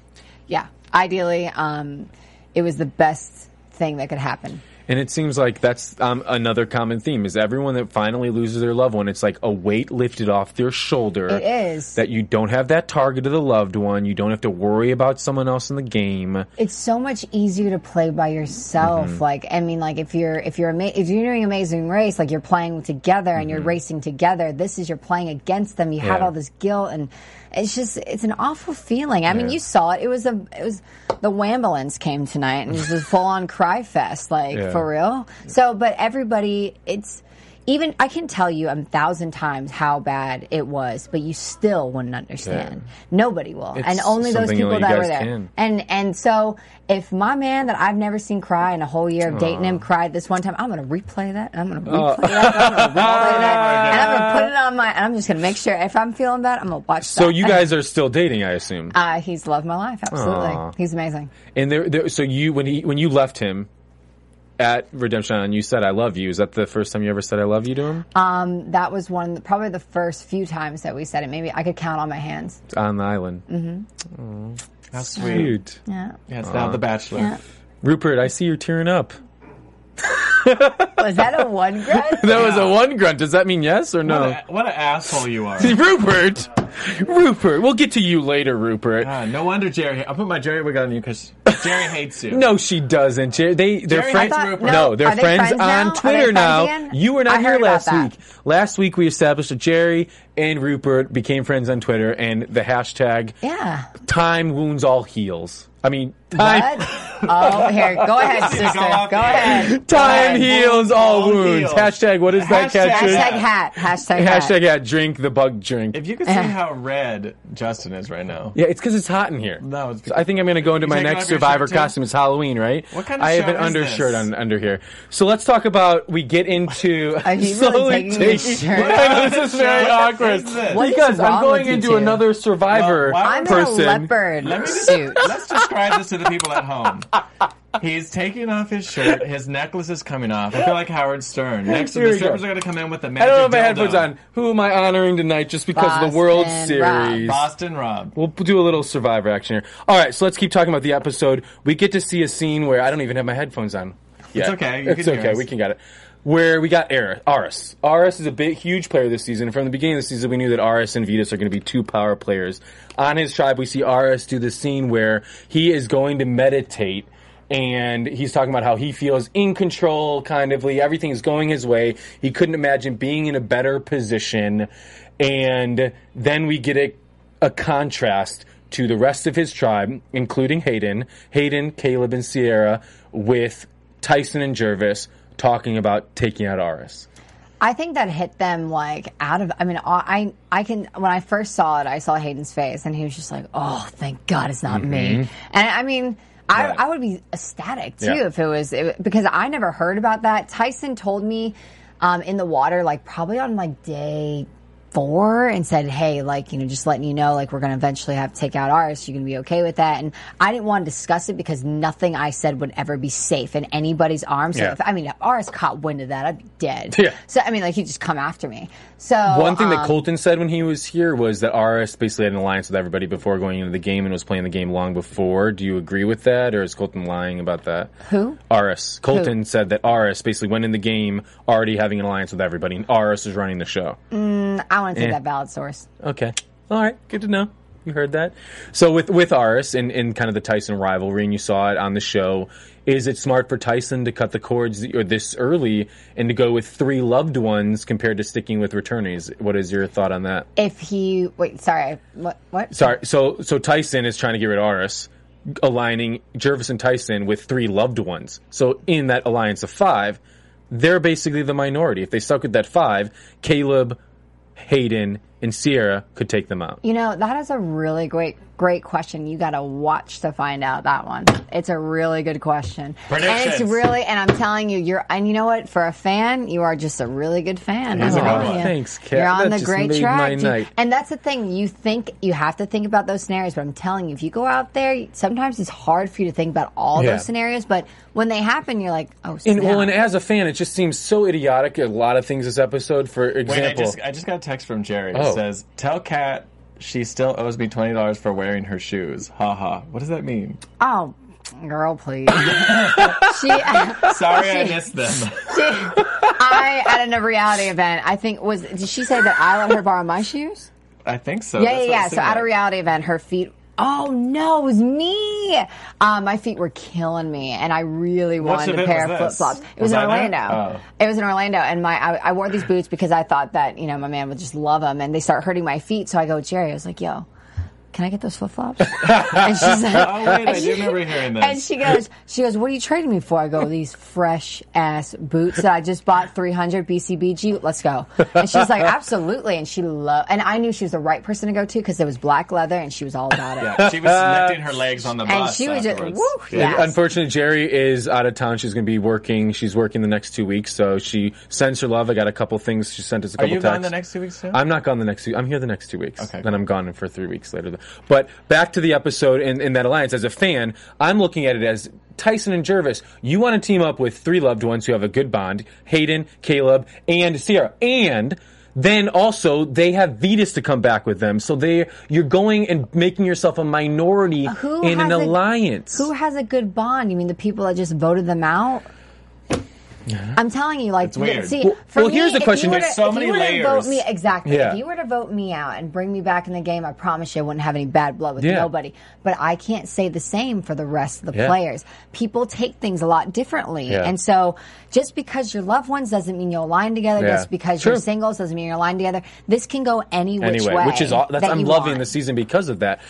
Speaker 4: Yeah. Ideally, um, it was the best thing that could happen.
Speaker 2: and it seems like that's um, another common theme is everyone that finally loses their loved one. It's like a weight lifted off their shoulder.
Speaker 4: It is.
Speaker 2: that you don't have that target of the loved one. You don't have to worry about someone else in the game.
Speaker 4: It's so much easier to play by yourself.
Speaker 2: Mm-hmm.
Speaker 4: Like, I mean, like if you're if you're ama- if you're doing Amazing Race, like you're playing together and you're racing together. This is you're playing against them. You have
Speaker 2: Mm-hmm. Yeah.
Speaker 4: all this guilt, and it's just it's an awful feeling. I mean,
Speaker 2: Yeah.
Speaker 4: you saw it. It was a it was the Wambulance came tonight, and it was a full on cry fest. Like
Speaker 2: Yeah.
Speaker 4: for real. So, but everybody, it's. Even I can tell you a thousand times how bad it was, but you still wouldn't understand. Nobody will, and
Speaker 2: It's
Speaker 4: only those
Speaker 2: something
Speaker 4: people
Speaker 2: only you
Speaker 4: that were
Speaker 2: guys
Speaker 4: there.
Speaker 2: can.
Speaker 4: And and so if my man that I've never seen cry in a whole year of dating him cried this one time, I'm gonna replay that. and I'm
Speaker 2: Oh.
Speaker 4: gonna replay that. and I'm gonna replay that. And I'm gonna put it on my. And I'm just gonna make sure if I'm feeling bad, I'm gonna watch.
Speaker 2: So
Speaker 4: that.
Speaker 2: you guys are still dating, I assume.
Speaker 4: Uh, he's loved my life. Absolutely,
Speaker 2: Aw.
Speaker 4: he's amazing.
Speaker 2: And there, there, so you when he when you left him at Redemption Island, you said "I love you." Is that the first time you ever said "I love you" to him
Speaker 4: Um, that was one probably the first few times that we said it. Maybe I could count on my hands.
Speaker 2: on the island? Mm-hmm.
Speaker 3: How sweet.
Speaker 2: Dude,
Speaker 4: Yeah.
Speaker 3: Yeah, it's now The Bachelor.
Speaker 2: Rupert, I see you're tearing up.
Speaker 4: Was that a one grunt?
Speaker 2: That was a one grunt. Does that mean yes or
Speaker 3: What,
Speaker 2: no?
Speaker 3: a, Uh, what an asshole you are.
Speaker 2: Rupert, Rupert, we'll get to you later, Rupert.
Speaker 3: God, Uh, no wonder Jerry. I'll put my Jerry wig on you because Jerry hates you.
Speaker 2: No, she doesn't. Jer- They they're
Speaker 3: Jerry
Speaker 2: friends.
Speaker 3: hates I thought- Rupert.
Speaker 2: no,
Speaker 4: no,
Speaker 2: they're
Speaker 4: are they
Speaker 2: friends,
Speaker 4: friends now?
Speaker 2: on
Speaker 4: Are they
Speaker 2: Twitter
Speaker 4: friends
Speaker 2: now.
Speaker 4: again?
Speaker 2: You were
Speaker 4: I
Speaker 2: not here
Speaker 4: heard about
Speaker 2: last
Speaker 4: that.
Speaker 2: week. Last week we established that Jerry and Rupert became friends on Twitter, and the hashtag
Speaker 4: Yeah.
Speaker 2: "Time wounds all heals." I mean, time
Speaker 4: What? Oh, here. Go ahead,
Speaker 3: Go
Speaker 4: sister.
Speaker 3: out
Speaker 4: Go
Speaker 3: there.
Speaker 4: ahead.
Speaker 2: time heals all,
Speaker 3: all
Speaker 2: wounds.
Speaker 3: heals.
Speaker 2: Hashtag what is that
Speaker 3: Hashtag-
Speaker 2: catcher?
Speaker 4: Hashtag hat. Hashtag hat.
Speaker 2: Hashtag at drink the bug drink.
Speaker 3: If you could see how red Justin is right now.
Speaker 2: yeah, it's because it's hot in here.
Speaker 3: No, it's
Speaker 2: So I think I'm going to go into my
Speaker 3: taking
Speaker 2: next
Speaker 3: off your
Speaker 2: Survivor
Speaker 3: shirt, too?
Speaker 2: costume. It's Halloween, right?
Speaker 3: What kind of
Speaker 2: I have
Speaker 3: show
Speaker 2: an
Speaker 3: is
Speaker 2: undershirt
Speaker 3: this?
Speaker 2: on under here. So let's talk about. We get into
Speaker 4: Are you really
Speaker 2: slowly
Speaker 4: taking your
Speaker 2: taking-
Speaker 4: shirt
Speaker 2: I know, this is very
Speaker 3: What
Speaker 2: awkward.
Speaker 3: is this?
Speaker 4: What is
Speaker 2: because
Speaker 4: wrong
Speaker 2: I'm going
Speaker 4: with you
Speaker 2: into
Speaker 4: two?
Speaker 2: another Survivor
Speaker 3: Well, why-
Speaker 4: I'm
Speaker 2: person.
Speaker 4: in a leopard
Speaker 3: Let me just,
Speaker 4: suit.
Speaker 3: let's describe this to the people at home. He's taking off his shirt. His necklace is coming off. I feel like Howard Stern. Next,
Speaker 2: Here
Speaker 3: the
Speaker 2: we go.
Speaker 3: strippers are going to come in with the
Speaker 2: I
Speaker 3: magic.
Speaker 2: don't have my
Speaker 3: dildo.
Speaker 2: headphones on. Who am I honoring tonight just because of the
Speaker 4: Boston
Speaker 2: World
Speaker 4: Rob.
Speaker 2: Series?
Speaker 3: Boston Rob.
Speaker 2: We'll do a little Survivor action here. All right, so let's keep talking about the episode. We get to see a scene where I don't even have my headphones on. yet.
Speaker 3: okay, you
Speaker 2: it's
Speaker 3: can hear
Speaker 2: okay.
Speaker 3: us.
Speaker 2: We can get it. Where we got Ar- Aris. Aris is a big, huge player this season. From the beginning of the season, we knew that Aris and Vetus are going to be two power players. On his tribe, we see Aris do this scene where he is going to meditate. And he's talking about how he feels in control, kind of. Everything is going his way. He couldn't imagine being in a better position. And then we get a a contrast to the rest of his tribe, including Hayden, Hayden, Caleb, and Sierra, with Tyson and Jervis talking about taking out Aris.
Speaker 4: I think that hit them like out of. I mean, I I can when I first saw it, I saw Hayden's face, and he was just like, "Oh, thank God, it's not
Speaker 3: Mm-hmm.
Speaker 4: me." And I mean. I,
Speaker 2: Right.
Speaker 4: I would be ecstatic too
Speaker 2: Yeah.
Speaker 4: if it was it, because I never heard about that. Tyson told me um, in the water, like probably on like day before and said, Hey, like, you know, just letting you know, like, we're going to eventually have to take out ours. You can be okay with that. And I didn't want to discuss it because nothing I said would ever be safe in anybody's arms. So
Speaker 2: Yeah.
Speaker 4: if, I mean, if ours caught wind of that, I'd be dead.
Speaker 2: Yeah.
Speaker 4: So, I mean, like, he'd just come after me. So,
Speaker 2: One thing that
Speaker 4: um,
Speaker 2: Colton said when he was here was that RS basically had an alliance with everybody before going into the game and was playing the game long before. Do you agree with that, or is Colton lying about that?
Speaker 4: Who?
Speaker 2: RS. Colton said that RS basically went in the game already having an alliance with everybody, and RS is running the show.
Speaker 4: I want to take that valid source.
Speaker 2: Okay. All right. Good to know. You heard that. So with with Aris and, and kind of the Tyson rivalry, and you saw it on the show. Is it smart for Tyson to cut the cords or this early and to go with three loved ones compared to sticking with returnees? What is your thought on that?
Speaker 4: If he, wait, sorry, what? what?
Speaker 2: Sorry. So so Tyson is trying to get rid of Aris, aligning Jervis and Tyson with three loved ones. So in that alliance of five, they're basically the minority. If they stuck with that five, Caleb, Hayden, and Sierra could take them out.
Speaker 4: You know, that is a really great, great question. You got to watch to find out that one. It's a really good question. And it's
Speaker 5: Predictions.
Speaker 4: really, and I'm telling you, you're, and you know what? For a fan, you are just a really good fan.
Speaker 2: He's a
Speaker 4: I'm
Speaker 2: good
Speaker 4: telling
Speaker 2: one.
Speaker 4: you.
Speaker 2: Thanks, Kat.
Speaker 4: You're on
Speaker 2: That
Speaker 4: the
Speaker 2: just
Speaker 4: great
Speaker 2: made
Speaker 4: track.
Speaker 2: my
Speaker 4: dude.
Speaker 2: night.
Speaker 4: And that's the thing. You think, you have to think about those scenarios, but I'm telling you, if you go out there, sometimes it's hard for you to think about all
Speaker 2: Yeah.
Speaker 4: those scenarios, but when they happen, you're like, oh,
Speaker 2: And well,
Speaker 4: snap.
Speaker 2: and as a fan, it just seems so idiotic. A lot of things this episode, for
Speaker 3: Wait, I
Speaker 2: example,
Speaker 3: just I just got a text from Jerry.
Speaker 2: Oh.
Speaker 3: It says, "Tell Kat she still owes me twenty dollars for wearing her shoes." Ha ha. What does that mean?
Speaker 4: oh, girl, please. she,
Speaker 3: Sorry, I missed them.
Speaker 4: I at a reality event, I think was did she say that I let her borrow my shoes?
Speaker 3: I think so.
Speaker 4: Yeah,
Speaker 3: Oh, That's what
Speaker 4: yeah,
Speaker 3: it
Speaker 4: yeah. So
Speaker 3: seemed
Speaker 4: at a
Speaker 3: like.
Speaker 4: reality event, her feet. Oh no, it was me. Um, my feet were killing me, and I really
Speaker 3: Which
Speaker 4: wanted a
Speaker 3: event
Speaker 4: pair
Speaker 3: was
Speaker 4: of flip
Speaker 3: this?
Speaker 4: flops. It
Speaker 3: Was
Speaker 4: was, in
Speaker 3: I there?
Speaker 4: Orlando.
Speaker 3: Oh.
Speaker 4: It was in Orlando, and my I, I wore these boots because I thought that you know my man would just love them, and they start hurting my feet. So I go, Jerry, I was like, yo. Can I get those flip flops? and she's like,
Speaker 3: Oh wait, I
Speaker 4: and she-
Speaker 3: do remember hearing this.
Speaker 4: and she goes, she goes, what are you trading me for? I go, these fresh ass boots that I just bought, 300 BCBG. Let's go. And she's like, absolutely. And she loved, and I knew she was the right person to go to because it was black leather and she was all about it.
Speaker 3: yeah, she was connecting her legs on the
Speaker 4: And
Speaker 3: bus.
Speaker 4: she was just-
Speaker 3: afterwards.
Speaker 4: woo,
Speaker 3: Yeah.
Speaker 4: yeah.
Speaker 2: unfortunately, Jerry is out of town. She's going to be working. She's working the next two weeks, so she sends her love. I got a couple things. She sent us a couple
Speaker 3: Are you
Speaker 2: texts.
Speaker 3: gone the next two weeks too?
Speaker 2: I'm not gone the next two. I'm here the next two weeks.
Speaker 3: Okay.
Speaker 2: Then I'm gone for three weeks later. But back to the episode in, in that alliance. As a fan, I'm looking at it as Tyson and Jervis. You want to team up with three loved ones who have a good bond: Hayden, Caleb, and Sierra. And then also they have Vetus to come back with them. So they you're going and making yourself a minority
Speaker 4: Who
Speaker 2: in an
Speaker 4: has a-
Speaker 2: alliance.
Speaker 4: Who has a good bond? You mean the people that just voted them out? I'm telling you, like,
Speaker 3: It's weird.
Speaker 4: see,
Speaker 2: Well-
Speaker 4: for
Speaker 2: well,
Speaker 4: me,
Speaker 2: here's the
Speaker 4: if you
Speaker 2: question.
Speaker 4: were
Speaker 2: There's
Speaker 4: to-
Speaker 3: so
Speaker 4: if
Speaker 3: many
Speaker 4: you were to
Speaker 3: layers.
Speaker 4: Vote me, exactly.
Speaker 2: Yeah.
Speaker 4: If you were to vote me out and bring me back in the game, I promise you, I wouldn't have any bad blood with
Speaker 2: Yeah.
Speaker 4: nobody. But I can't say the same for the rest of the
Speaker 2: Yeah.
Speaker 4: players. People take things a lot differently,
Speaker 2: Yeah.
Speaker 4: and so just because you're loved ones doesn't mean you'll align together.
Speaker 2: Yeah.
Speaker 4: Just because
Speaker 2: True.
Speaker 4: you're singles doesn't mean you're aligned together. This can go any which
Speaker 2: anyway,
Speaker 4: way.
Speaker 2: which is all, that's
Speaker 4: that
Speaker 2: I'm
Speaker 4: you
Speaker 2: loving
Speaker 4: want.
Speaker 2: the season because of that.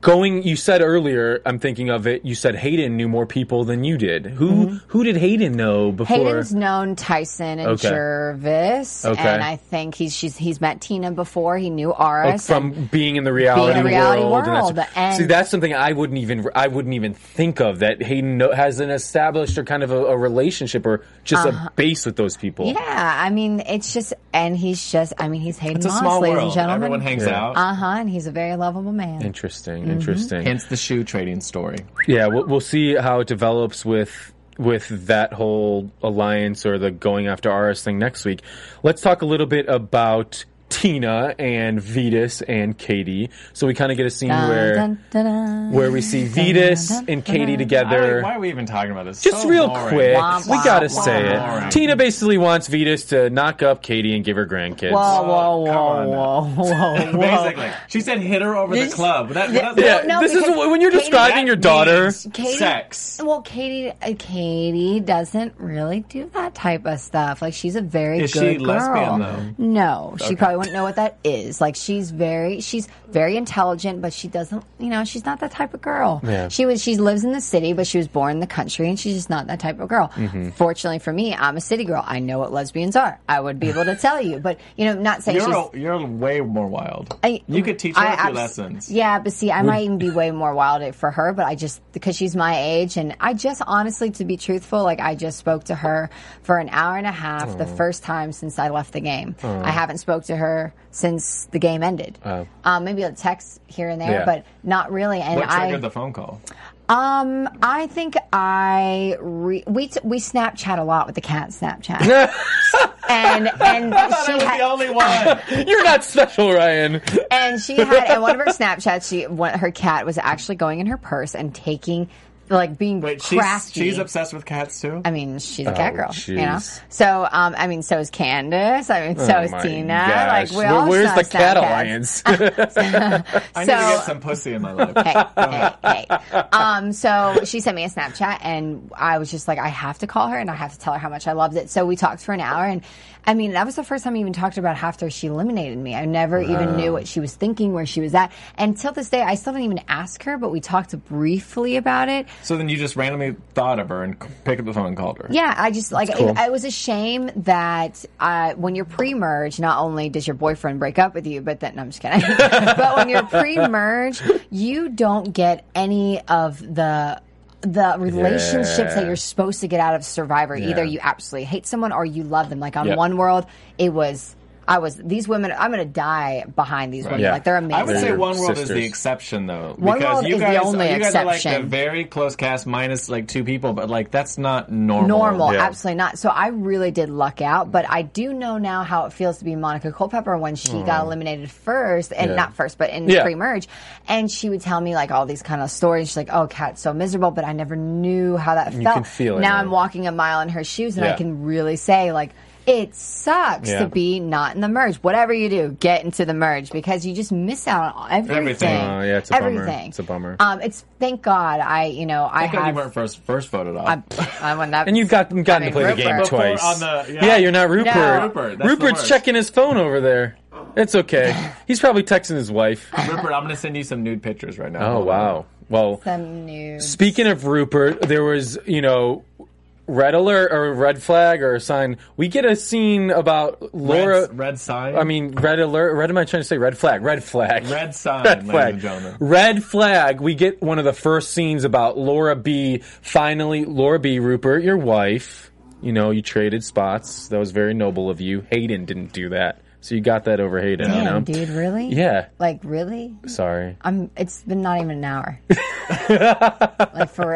Speaker 2: Going, you said earlier. I'm thinking of it. You said Hayden knew more people than you did. Who who did Hayden know before?
Speaker 4: Mm-hmm. Hayden's known Tyson and
Speaker 2: Okay.
Speaker 4: Jervis,
Speaker 2: Okay.
Speaker 4: and I think he's she's he's met Tina before. He knew Aris.
Speaker 3: Oh,
Speaker 2: Like, from being in the reality,
Speaker 4: Being in the reality
Speaker 2: and
Speaker 4: world,
Speaker 2: that's,
Speaker 4: and-
Speaker 2: see, that's something I wouldn't even I wouldn't even think of that Hayden no, has an established or kind of a, a relationship or just
Speaker 4: Uh-huh.
Speaker 2: a base with those people.
Speaker 4: and- yeah, I mean, it's just, and he's just, I mean, he's Hayden
Speaker 3: it's a
Speaker 4: Moss,
Speaker 3: small
Speaker 4: ladies
Speaker 3: world.
Speaker 4: and gentlemen.
Speaker 3: Everyone hangs out.
Speaker 4: uh huh, and he's a very lovable man.
Speaker 2: Interesting,
Speaker 4: Mm-hmm.
Speaker 2: interesting.
Speaker 3: Hence the shoe trading story.
Speaker 2: Yeah, we'll, we'll see how it develops with with that whole alliance or the going after Aris thing next week. Let's talk a little bit about Tina and Vetus and Katie. So we kind of get a scene
Speaker 4: Dun,
Speaker 2: where
Speaker 4: dun, dun, dun.
Speaker 2: where we see Vetus
Speaker 4: dun, dun,
Speaker 2: and Katie
Speaker 4: dun.
Speaker 2: together.
Speaker 3: Why, why are we even talking about this?
Speaker 2: Just
Speaker 3: So
Speaker 2: real
Speaker 3: boring.
Speaker 2: quick,
Speaker 4: Womp,
Speaker 2: we
Speaker 4: womp,
Speaker 2: gotta
Speaker 4: womp.
Speaker 2: say it.
Speaker 3: Boring.
Speaker 2: Tina basically wants Vetus to knock up Katie and give her grandkids.
Speaker 4: Whoa, whoa,
Speaker 3: Oh, come on
Speaker 4: whoa, whoa, whoa, whoa.
Speaker 3: Basically, she said hit her over the
Speaker 4: This-
Speaker 3: club. That, that,
Speaker 2: yeah,
Speaker 3: that
Speaker 4: no,
Speaker 2: this is
Speaker 4: because
Speaker 2: when you're
Speaker 4: Katie-
Speaker 2: describing your daughter.
Speaker 3: means Sex.
Speaker 4: Well, Katie, uh, Katie doesn't really do that type of stuff. Like she's a very
Speaker 3: Is
Speaker 4: good
Speaker 3: she
Speaker 4: girl.
Speaker 3: lesbian, though?
Speaker 4: No, she probably wouldn't know what that is. Like she's very, she's very intelligent, but she doesn't. You know, she's not that type of girl.
Speaker 2: Yeah.
Speaker 4: She was, she lives in the city, but she was born in the country, and she's just not that type of girl.
Speaker 3: Mm-hmm.
Speaker 4: Fortunately for me, I'm a city girl. I know what lesbians are. I would be able to tell you, but you know, not saying she's.
Speaker 3: You're, a, you're way more wild.
Speaker 4: I-
Speaker 3: you could teach her
Speaker 4: I
Speaker 3: a few
Speaker 4: abs-
Speaker 3: lessons.
Speaker 4: Yeah, but see, I might even be way more wild at- for her, but I just, because she's my age, and I just honestly, to be truthful, like I just spoke to her for an hour and a half the first time since I left the game. I haven't spoke to her her since the game ended. um, maybe a text here and there,
Speaker 2: Yeah.
Speaker 4: but not really. And
Speaker 3: What
Speaker 4: I
Speaker 3: triggered the phone call?
Speaker 4: um, I think I re- we t- we Snapchat a lot with the cat Snapchat, and and she had,
Speaker 2: one. You're not special, Ryan.
Speaker 4: and she had in one of her Snapchats, she one, her cat was actually going in her purse and taking like being
Speaker 3: Wait, she's
Speaker 4: crafty.
Speaker 3: she's obsessed with cats too.
Speaker 4: I mean, she's a cat girl, you know.
Speaker 2: Oh, jeez.
Speaker 4: So, um, I mean, so is Candace. I mean,
Speaker 2: Oh
Speaker 4: so is Tina. Like, we
Speaker 2: Where-
Speaker 4: all
Speaker 2: where's
Speaker 4: saw
Speaker 2: the cat
Speaker 4: Snapchats.
Speaker 2: alliance?
Speaker 3: I need to
Speaker 4: so-
Speaker 3: get some pussy in my life.
Speaker 4: hey, hey, hey. Um, so she sent me a Snapchat, and I was just like, I have to call her and I have to tell her how much I loved it. So we talked for an hour, and I mean, that was the first time I even talked about after she eliminated me. I never even knew what she was thinking, where she was at. And till this day, I still didn't even ask her, but we talked briefly about it.
Speaker 3: so then you just randomly thought of her and c- picked up the phone and called her.
Speaker 4: Yeah, I just like it, it was a shame that uh, when you're pre-merge, not only does your boyfriend break up with you, but then no, I'm just kidding. but when you're pre-merge, you don't get any of the the relationships that
Speaker 2: Yeah.
Speaker 4: you're supposed to get out of Survivor. Either
Speaker 2: Yeah.
Speaker 4: you absolutely hate someone or you love them. Like on
Speaker 2: Yep.
Speaker 4: One World, it was I was these women. I'm gonna die behind these women.
Speaker 2: Yeah.
Speaker 4: Like they're amazing.
Speaker 3: I would say
Speaker 2: They're
Speaker 3: One World is
Speaker 2: sisters.
Speaker 3: the exception, though,
Speaker 4: One
Speaker 3: because
Speaker 4: World
Speaker 3: you
Speaker 4: is the
Speaker 3: guys,
Speaker 4: only
Speaker 3: you guys are like
Speaker 4: exception.
Speaker 3: the very close cast minus like two people, but like that's not normal.
Speaker 4: normal.
Speaker 2: Yeah.
Speaker 4: Absolutely not. So I really did luck out, but I do know now how it feels to be Monica Culpepper when she got eliminated first,
Speaker 2: Hmm.
Speaker 4: and
Speaker 2: Yeah.
Speaker 4: not first, but in
Speaker 2: Yeah.
Speaker 4: pre-merge. And she would tell me like all these kind of stories. She's like, "Oh, Kat's so miserable," but I never knew how that felt.
Speaker 2: can feel it,
Speaker 4: now
Speaker 2: right?
Speaker 4: I'm walking a mile in her shoes, and I
Speaker 2: Yeah.
Speaker 4: can really say like. It sucks
Speaker 2: Yeah.
Speaker 4: to be not in the merge. Whatever you do, get into the merge because you just miss out on everything.
Speaker 3: Everything.
Speaker 2: Oh, yeah, it's a bummer.
Speaker 4: everything.
Speaker 2: It's a bummer.
Speaker 4: Um, it's thank God I, you know, I
Speaker 3: I thought you
Speaker 4: have.
Speaker 3: weren't first first voted off.
Speaker 4: I won that.
Speaker 2: and you've got, gotten
Speaker 4: I mean,
Speaker 2: to play the
Speaker 4: Rupert.
Speaker 2: game
Speaker 3: Rupert
Speaker 2: twice.
Speaker 3: on the-
Speaker 2: yeah.
Speaker 3: yeah.
Speaker 2: you're not Rupert.
Speaker 3: Rupert, that's the
Speaker 2: Rupert's
Speaker 3: worst.
Speaker 2: checking his phone over there. It's okay. He's probably texting his wife.
Speaker 3: Rupert, I'm gonna send you some nude pictures right now.
Speaker 2: Oh wow. Well,
Speaker 4: Some new.
Speaker 2: Speaking of Rupert, there was, you know, red alert or red flag or a sign. We get a scene about Laura.
Speaker 3: red, red sign.
Speaker 2: I mean, red alert. Red, am I trying to say red flag? Red flag.
Speaker 3: Red sign, ladies and gentlemen.
Speaker 2: Red flag. We get one of the first scenes about Laura B. Finally, Laura B. Rupert, your wife. You know, you traded spots. That was very noble of you. Hayden didn't do that. So you got that over Hayden, you know?
Speaker 4: Damn, dude, really?
Speaker 2: Yeah.
Speaker 4: Like really?
Speaker 2: Sorry.
Speaker 4: I'm. It's been not even an hour. like for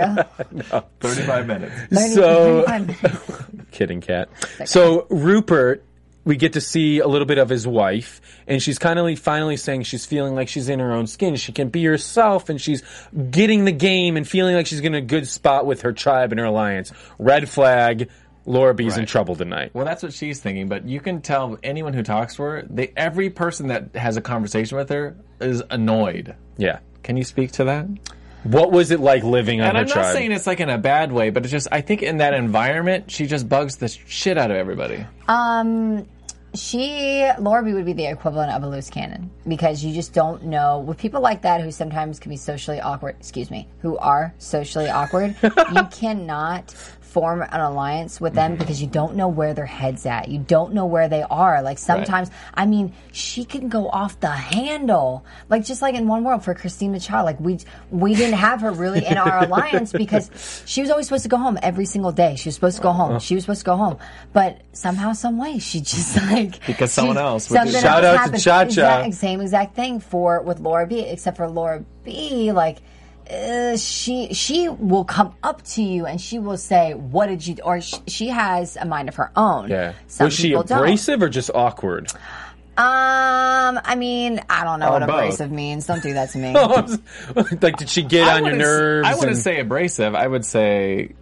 Speaker 4: real.
Speaker 3: 35 minutes.
Speaker 2: So-
Speaker 4: 35.
Speaker 2: Kidding, cat. So Rupert, we get to see a little bit of his wife, and she's kind of finally saying she's feeling like she's in her own skin. She can be herself, and she's getting the game and feeling like she's in a good spot with her tribe and her alliance. Red flag. Laura B's in
Speaker 3: Right.
Speaker 2: trouble tonight.
Speaker 3: Well, that's what she's thinking, but you can tell anyone who talks to her, they, every person that has a conversation with her is annoyed.
Speaker 2: Yeah.
Speaker 3: Can you speak to that?
Speaker 2: What was it like living on
Speaker 3: And
Speaker 2: her
Speaker 3: I'm not
Speaker 2: tribe?
Speaker 3: saying it's like in a bad way, but it's just, I think in that environment, she just bugs the shit out of everybody.
Speaker 4: um, she Laura B would be the equivalent of a loose cannon because you just don't know with people like that who sometimes can be socially awkward. Excuse me, who are socially awkward. you cannot form an alliance with them because you don't know where their heads at. You don't know where they are. Like sometimes, I mean, she can go off the handle. Like just like in One World for Christina Chow, like we we didn't have her really in our alliance because she was always supposed to go home every single day. She was supposed to go
Speaker 2: Uh-huh.
Speaker 4: home. She was supposed to go home, but somehow, some way, she just like
Speaker 3: Because
Speaker 4: she-
Speaker 3: someone else would do
Speaker 4: something
Speaker 3: that.
Speaker 2: Shout
Speaker 4: else
Speaker 2: out to
Speaker 4: happened.
Speaker 2: Cha-Cha.
Speaker 4: Exact- same exact thing for with Laura B, except for Laura B, like uh, she she will come up to you and she will say, "What did you?" Or she, she has a mind of her own.
Speaker 2: yeah.
Speaker 4: Some
Speaker 2: was she
Speaker 4: people don't.
Speaker 2: abrasive or just awkward?
Speaker 4: Um, I mean, I don't know what
Speaker 3: both.
Speaker 4: abrasive means. Don't do that to me.
Speaker 2: like, did she get on your
Speaker 3: wouldn't s-
Speaker 2: nerves?
Speaker 3: I wouldn't
Speaker 2: and-
Speaker 3: say abrasive. I would say,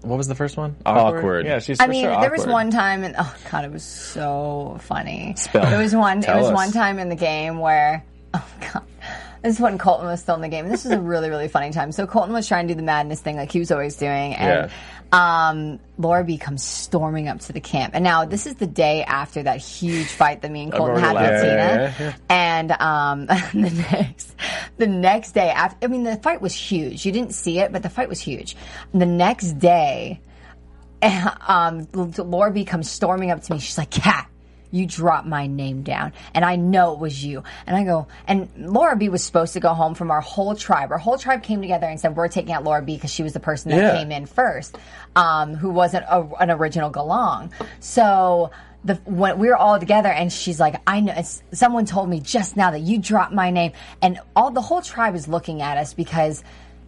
Speaker 3: what was the first one?
Speaker 2: Awkward.
Speaker 3: Yeah, she's.
Speaker 4: I
Speaker 3: for
Speaker 4: mean,
Speaker 3: sure
Speaker 4: there was
Speaker 3: awkward.
Speaker 4: one time, and oh god, it was so funny.
Speaker 3: Spell.
Speaker 4: There was one.
Speaker 3: Tell
Speaker 4: it was
Speaker 3: us.
Speaker 4: one time in the game where, oh god, this is when Colton was still in the game. This was a really really funny time. So Colton was trying to do the madness thing like he was always doing, and um, Laura B comes storming up to the camp. And now this is the day after that huge fight that me and Colton
Speaker 3: already
Speaker 4: had with
Speaker 3: laughed.
Speaker 4: Tina,
Speaker 2: Yeah, yeah,
Speaker 4: and um, the next the next day after, I mean, the fight was huge. You didn't see it, but the fight was huge. The next day um, Laura B comes storming up to me. She's like, Kat, you dropped my name down. And I know it was you. And I go, and Laura B was supposed to go home from our whole tribe. Our whole tribe came together and said, we're taking out Laura B because she was the person that
Speaker 2: Yeah.
Speaker 4: came in first, um, who wasn't a, an original Galang. So the when we were all together, and she's like, "I know." It's, someone told me just now that you dropped my name, and all the whole tribe is looking at us because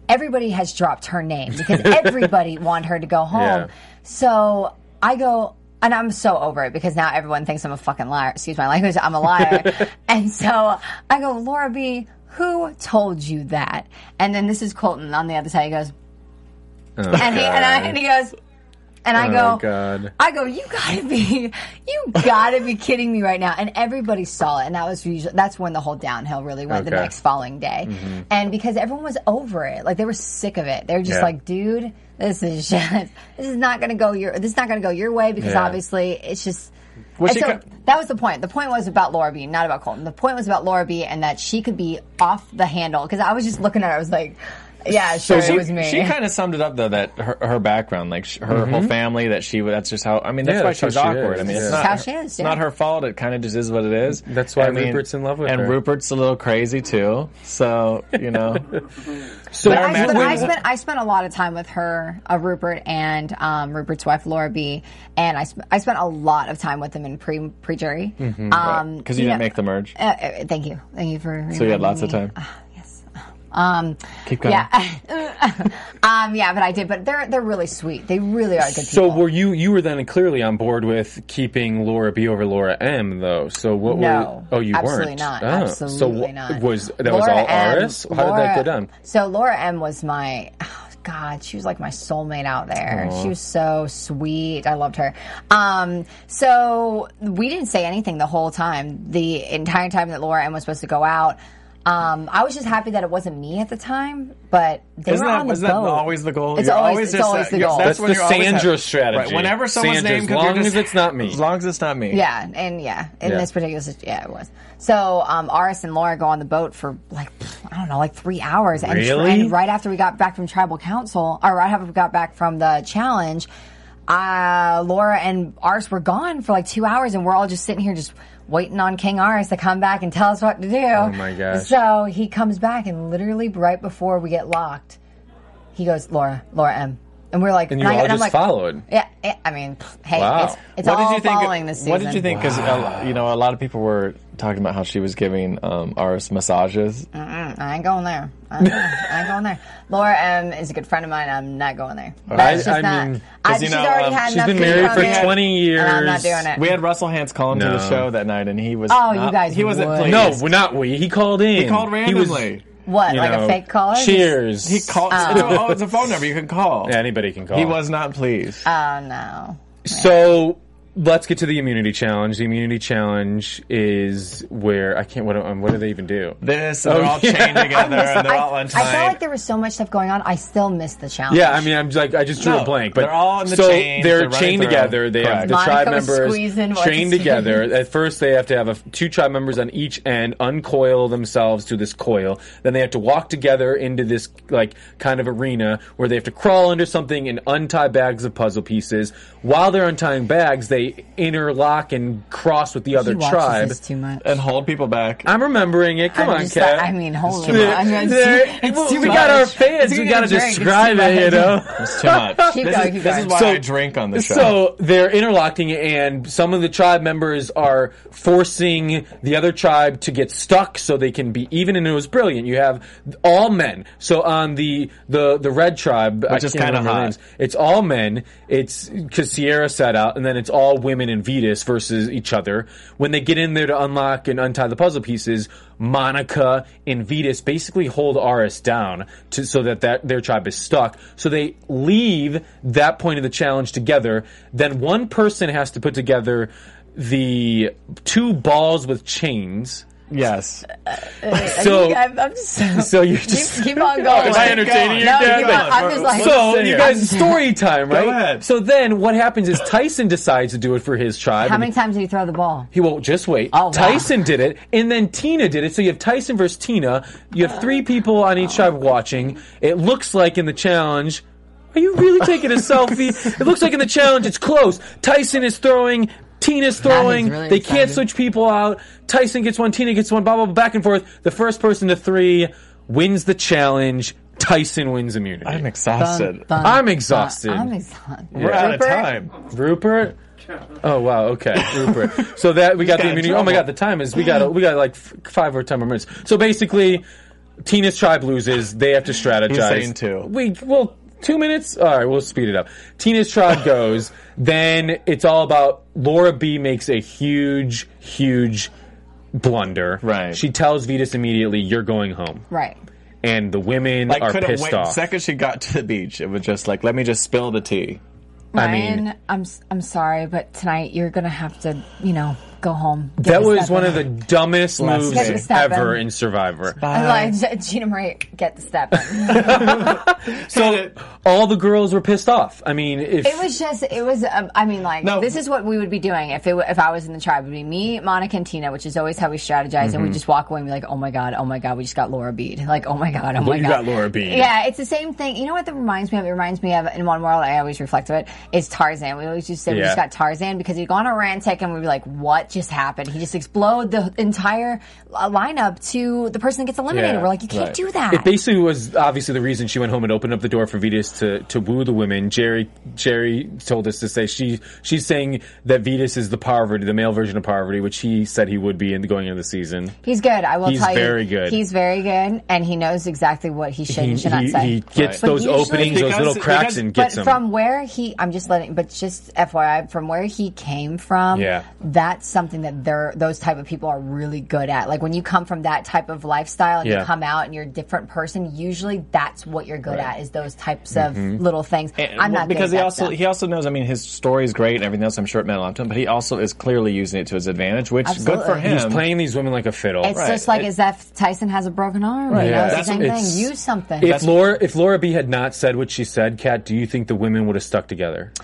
Speaker 4: everybody has dropped her name because everybody wanted her to go home.
Speaker 2: Yeah.
Speaker 4: So I go, and I'm so over it because now everyone thinks I'm a fucking liar. Excuse my language, I'm a liar. and so I go, Laura B, who told you that? And then this is Colton on the other side. He goes, and he and, I, and he goes, and I go,
Speaker 2: Oh, God.
Speaker 4: I go, you gotta be, you gotta be kidding me right now. And everybody saw it, and that was usually that's when the whole downhill really went the
Speaker 2: Okay. Mm-hmm.
Speaker 4: next following day, and because everyone was over it, like they were sick of it. They were just
Speaker 2: Yeah.
Speaker 4: like, dude, this is just, this is not gonna go your this is not gonna go your way because
Speaker 2: Yeah.
Speaker 4: obviously it's just.
Speaker 2: Was
Speaker 4: and
Speaker 2: she
Speaker 4: so
Speaker 2: ki-
Speaker 4: that was the point. The point was about Laura B, not about Colton. The point was about Laura B and that she could be off the handle because I was just looking at her. I was like, yeah, sure,
Speaker 3: she,
Speaker 4: it was me.
Speaker 3: She kind of summed it up though that her, her background, like sh- her whole family, that she that's just how. I mean,
Speaker 2: Mm-hmm.
Speaker 3: that's
Speaker 2: Yeah,
Speaker 3: why
Speaker 2: that's
Speaker 3: she was
Speaker 2: how she
Speaker 3: awkward.
Speaker 2: is,
Speaker 3: I mean,
Speaker 2: yeah.
Speaker 3: it's
Speaker 2: That's
Speaker 3: not
Speaker 4: how
Speaker 3: her-
Speaker 4: she is,
Speaker 3: it's
Speaker 4: yeah.
Speaker 3: not her fault. It kind of just is what it is.
Speaker 2: That's why
Speaker 3: I mean,
Speaker 2: Rupert's in love with
Speaker 3: and
Speaker 2: her.
Speaker 3: And Rupert's a little crazy too. So you know,
Speaker 2: So
Speaker 3: But
Speaker 4: I,
Speaker 3: Matt-
Speaker 4: but
Speaker 3: wait,
Speaker 4: I
Speaker 3: wait.
Speaker 4: spent I spent a lot of time with her, uh, Rupert, and um, Rupert's wife Laura B. And I sp- I spent a lot of time with them in pre pre jury. Um,
Speaker 3: because Mm-hmm. you,
Speaker 4: know-
Speaker 3: didn't make the merge,
Speaker 4: Uh, uh, thank you, thank you for.
Speaker 3: so you had
Speaker 4: reminding
Speaker 3: lots of
Speaker 4: me.
Speaker 3: time.
Speaker 4: Um,
Speaker 3: Keep going.
Speaker 4: yeah, um, yeah, but I did. But they're they're really sweet. They really are good
Speaker 2: So
Speaker 4: people.
Speaker 2: were you? You were then clearly on board with keeping Laura B over Laura M, though. So what?
Speaker 4: No.
Speaker 2: were, oh, you
Speaker 4: absolutely
Speaker 2: weren't.
Speaker 4: Not,
Speaker 2: Oh,
Speaker 4: Absolutely
Speaker 2: so wh-
Speaker 4: not.
Speaker 2: Was that was
Speaker 4: Laura
Speaker 2: all
Speaker 4: M-
Speaker 2: Aris? How did that
Speaker 4: Laura-
Speaker 2: go down?
Speaker 4: So Laura M was my oh, God. She was like my soulmate out there. She was so sweet. I loved her. Um, so we didn't say anything the whole time. The entire time that Laura M was supposed to go out. Um, I was just happy that it wasn't me at the time, but they
Speaker 3: Isn't
Speaker 4: were
Speaker 3: that-
Speaker 4: on the
Speaker 3: isn't that
Speaker 4: boat.
Speaker 3: always the goal?
Speaker 4: It's
Speaker 3: You're
Speaker 4: always,
Speaker 3: always
Speaker 4: it's
Speaker 3: just
Speaker 4: always
Speaker 3: that-
Speaker 4: the
Speaker 3: you're-
Speaker 4: goal.
Speaker 3: that's
Speaker 2: That's
Speaker 3: when
Speaker 2: the
Speaker 3: you always
Speaker 2: Sandra
Speaker 3: have-
Speaker 2: strategy.
Speaker 3: Right, whenever someone's
Speaker 2: Sandra,
Speaker 3: name,
Speaker 2: as
Speaker 3: 'cause you're
Speaker 2: long
Speaker 3: just-
Speaker 2: as it's not me.
Speaker 3: As long as it's not me.
Speaker 4: Yeah, and yeah, in
Speaker 2: Yeah.
Speaker 4: this particular situation, yeah, it was. So, um, Aris and Laura go on the boat for like I don't know, like three hours, and,
Speaker 2: Really?
Speaker 4: and right after we got back from tribal council, or right after we got back from the challenge, uh, Laura and Aris were gone for like two hours, and we're all just sitting here just waiting on King Aris to come back and tell us what to do. Oh
Speaker 2: my gosh.
Speaker 4: So he comes back, and literally right before we get locked, he goes, "Laura, Laura M." And we're like,
Speaker 2: And you
Speaker 4: I-
Speaker 2: all
Speaker 4: I'm
Speaker 2: just
Speaker 4: like,
Speaker 2: followed.
Speaker 4: Yeah, I- I mean, pff, hey,
Speaker 2: Wow.
Speaker 4: it's, it's all following this season.
Speaker 3: What did you think? Because you know, a lot of people were talking about how she was giving um, Aris massages.
Speaker 4: I ain't going there. I ain't, I ain't going there. Laura M is a good friend of mine. I'm not going there.
Speaker 2: I-
Speaker 4: That's just
Speaker 2: I
Speaker 4: not.
Speaker 2: mean,
Speaker 4: I,
Speaker 3: 'cause, you
Speaker 4: she's
Speaker 3: know,
Speaker 4: already
Speaker 3: um,
Speaker 4: had
Speaker 3: she's
Speaker 4: enough
Speaker 2: been
Speaker 4: people
Speaker 2: married
Speaker 4: come
Speaker 2: for
Speaker 4: in,
Speaker 2: 20
Speaker 4: and I'm
Speaker 2: years.
Speaker 4: not doing it.
Speaker 3: We had Russell Hans call him to
Speaker 2: No.
Speaker 3: the show that night, and he was
Speaker 4: Oh, you
Speaker 3: not-
Speaker 4: guys
Speaker 3: he wasn't
Speaker 4: would.
Speaker 3: pleased.
Speaker 2: No, we're not we. He called in.
Speaker 3: he called randomly.
Speaker 2: He was,
Speaker 4: what,
Speaker 2: you
Speaker 4: like
Speaker 2: know,
Speaker 4: a fake caller?
Speaker 2: Cheers.
Speaker 3: He called. Oh. it's a phone number you can call.
Speaker 2: Yeah, anybody can call.
Speaker 3: He was not pleased.
Speaker 4: Oh no.
Speaker 2: So let's get to the immunity challenge. The immunity challenge is where I can't. What, um, what do they even do?
Speaker 3: this and
Speaker 2: Oh,
Speaker 3: they're all
Speaker 2: yeah.
Speaker 3: chained together and they're
Speaker 4: I,
Speaker 3: all on
Speaker 4: I felt
Speaker 3: time.
Speaker 4: like there was so much stuff going on. I still missed the challenge.
Speaker 2: Yeah, I mean, I'm like I just drew a
Speaker 3: No,
Speaker 2: blank, but
Speaker 3: they're all in the
Speaker 2: so
Speaker 3: chains,
Speaker 2: they're,
Speaker 3: they're running
Speaker 2: chained
Speaker 3: through.
Speaker 2: together. They have
Speaker 3: Correct.
Speaker 2: the
Speaker 4: Monica
Speaker 2: tribe
Speaker 4: was squeezing
Speaker 2: members
Speaker 4: what's-
Speaker 2: chained together. At first, they have to have a, two tribe members on each end uncoil themselves to this coil. Then they have to walk together into this like kind of arena where they have to crawl under something and untie bags of puzzle pieces. While they're untying bags, they interlock and cross with the
Speaker 4: he
Speaker 2: other
Speaker 4: watches
Speaker 2: tribe.
Speaker 4: this too much.
Speaker 3: and hold people back.
Speaker 2: I'm remembering it. Come
Speaker 4: I'm
Speaker 2: on,
Speaker 4: just
Speaker 2: Kat.
Speaker 4: like- I mean, holy
Speaker 3: too
Speaker 4: moly.
Speaker 3: much.
Speaker 4: I mean, it's
Speaker 2: There-
Speaker 4: too-
Speaker 2: we
Speaker 4: it's too
Speaker 2: got our
Speaker 4: much.
Speaker 2: fans.
Speaker 4: It's
Speaker 2: We
Speaker 4: too
Speaker 2: got to
Speaker 4: much drink. It's too
Speaker 2: describe it, you
Speaker 4: much.
Speaker 2: know.
Speaker 3: It's too much.
Speaker 4: Uh, Keep
Speaker 3: this,
Speaker 4: going,
Speaker 3: is,
Speaker 4: keep
Speaker 3: this is
Speaker 4: going.
Speaker 3: why I drink on the show.
Speaker 2: So they're interlocking, and some of the tribe members are forcing the other tribe to get stuck so they can be even. And it was brilliant. You have all men. So on the the the red tribe, I
Speaker 3: Which is
Speaker 2: can't
Speaker 3: kinda
Speaker 2: remember their
Speaker 3: hot.
Speaker 2: names, it's all men. It's because Sierra set out, and then it's all women and Vetus versus each other. When they get in there to unlock and untie the puzzle pieces, Monica and Vetus basically hold Aris down to so that, that their tribe is stuck. So they leave that point of the challenge together. Then one person has to put together the two balls with chains.
Speaker 3: yes,
Speaker 2: So-
Speaker 4: I, I'm, I'm just so.
Speaker 2: So you're just
Speaker 4: keep on going.
Speaker 2: Am I entertaining you,
Speaker 4: No,
Speaker 2: Kat?
Speaker 4: keep on. I'm just like.
Speaker 2: so
Speaker 3: Let's
Speaker 2: you
Speaker 3: see.
Speaker 2: guys story time, right?
Speaker 3: ahead.
Speaker 2: So then what happens is Tyson decides to do it for his tribe.
Speaker 4: how
Speaker 2: and
Speaker 4: many times did he throw the ball?
Speaker 2: He won't just wait.
Speaker 4: Oh, wow.
Speaker 2: Tyson did it, and then Tina did it. So you have Tyson versus Tina. You have three people on each tribe watching. It looks like in the challenge. Are you really taking a selfie? It looks like in the challenge, it's close. Tyson is throwing. Tina's throwing.
Speaker 4: really
Speaker 2: they can't
Speaker 4: excited.
Speaker 2: switch people out. Tyson gets one. Tina gets one. Blah blah blah. Back and forth. The first person to three wins the challenge. Tyson wins immunity.
Speaker 3: I'm
Speaker 4: Bum,
Speaker 3: exhausted.
Speaker 4: bum,
Speaker 2: I'm
Speaker 4: bum.
Speaker 2: exhausted.
Speaker 4: I'm exhausted.
Speaker 3: We're out of
Speaker 4: Rupert?
Speaker 3: time.
Speaker 2: Rupert, Oh wow, okay, Rupert. so that we got the
Speaker 3: got in
Speaker 2: immunity. Oh my
Speaker 3: trouble.
Speaker 2: god, the time is we got we got like f- five or ten more minutes. So basically, Tina's tribe loses. They have to strategize.
Speaker 3: saying two.
Speaker 2: We well two minutes. All right, we'll speed it up. Tina's tribe goes. Then it's all about Laura B makes a huge, huge blunder.
Speaker 3: Right.
Speaker 2: She tells Vetus immediately, "You're going home,"
Speaker 4: Right.
Speaker 2: and the women
Speaker 3: Like
Speaker 2: are
Speaker 3: couldn't
Speaker 2: pissed
Speaker 3: wait.
Speaker 2: off.
Speaker 3: Second she got to the beach, it was just like, let me just spill the tea.
Speaker 2: I
Speaker 4: Ryan,
Speaker 2: mean-
Speaker 4: I'm s- I'm sorry, but tonight you're gonna have to, you know, go home. Get
Speaker 2: that
Speaker 4: a
Speaker 2: was
Speaker 4: step
Speaker 2: one
Speaker 4: in.
Speaker 2: of the dumbest
Speaker 3: Last day.
Speaker 2: moves
Speaker 4: Step in.
Speaker 2: ever in Survivor.
Speaker 4: I was like, Gina Marie, get the step. in."
Speaker 2: So all the girls were pissed off. I mean, if
Speaker 4: it was just, it was. Um, I mean, like
Speaker 3: No.
Speaker 4: this is what we would be doing if it, w- if I was in the tribe. It would be me, Monica, and Tina, which is always how we strategize,
Speaker 2: Mm-hmm.
Speaker 4: and we just walk away and be like, oh my god, oh my god, we just got Laura Bead. Like, oh my god, oh my
Speaker 2: you
Speaker 4: god,
Speaker 2: got Laura Bead.
Speaker 4: Yeah, it's the same thing. You know what that reminds me of? It reminds me of in one world. I always reflect on it. Is Tarzan? We always just say we
Speaker 2: Yeah.
Speaker 4: just got Tarzan because he'd go on a rant tech and we'd be like, what just happened? He just explode the entire uh, lineup to the person that gets eliminated.
Speaker 2: Yeah,
Speaker 4: We're like, you can't
Speaker 3: right.
Speaker 4: do that.
Speaker 2: it basically was obviously the reason she went home and opened up the door for Vetus to, to woo the women. Jerry Jerry told us to say she she's saying that Vetus is the poverty, the male version of poverty, which he said he would be in going into the season.
Speaker 4: He's good. I will
Speaker 2: He's
Speaker 4: tell you.
Speaker 2: very good.
Speaker 4: He's very good, and he knows exactly what he should
Speaker 2: He,
Speaker 4: and should not
Speaker 2: he-
Speaker 4: say.
Speaker 2: he gets
Speaker 4: But
Speaker 2: those
Speaker 4: usually-
Speaker 2: openings, those
Speaker 3: Because-
Speaker 2: little cracks,
Speaker 3: because-
Speaker 2: and
Speaker 4: But
Speaker 2: gets them.
Speaker 4: from where he, I'm just letting. But just FYI, from where he came from,
Speaker 2: Yeah.
Speaker 4: that's something that they're those type of people are really good at. Like when you come from that type of lifestyle and
Speaker 2: Yeah.
Speaker 4: you come out and you're a different person, usually that's what you're good at is those types of
Speaker 2: Mm-hmm.
Speaker 4: little things.
Speaker 3: And-
Speaker 4: I'm
Speaker 3: well,
Speaker 4: not good
Speaker 3: because
Speaker 4: at
Speaker 3: he
Speaker 4: that
Speaker 3: also
Speaker 4: stuff.
Speaker 3: he also knows. I mean, his story is great and everything else. I'm sure it meant a lot to him, but he also is clearly using it to his advantage, which good for
Speaker 4: Absolutely.
Speaker 3: him.
Speaker 2: He's playing these women like a fiddle.
Speaker 4: it's just like as if Tyson has a broken arm. You know,
Speaker 2: Yeah.
Speaker 4: it's the
Speaker 2: That's-
Speaker 4: same
Speaker 3: it's-
Speaker 4: thing. Use something.
Speaker 2: If Laura if Laura B had not said what she said, Kat, do you think the women would have stuck together?
Speaker 4: Uh,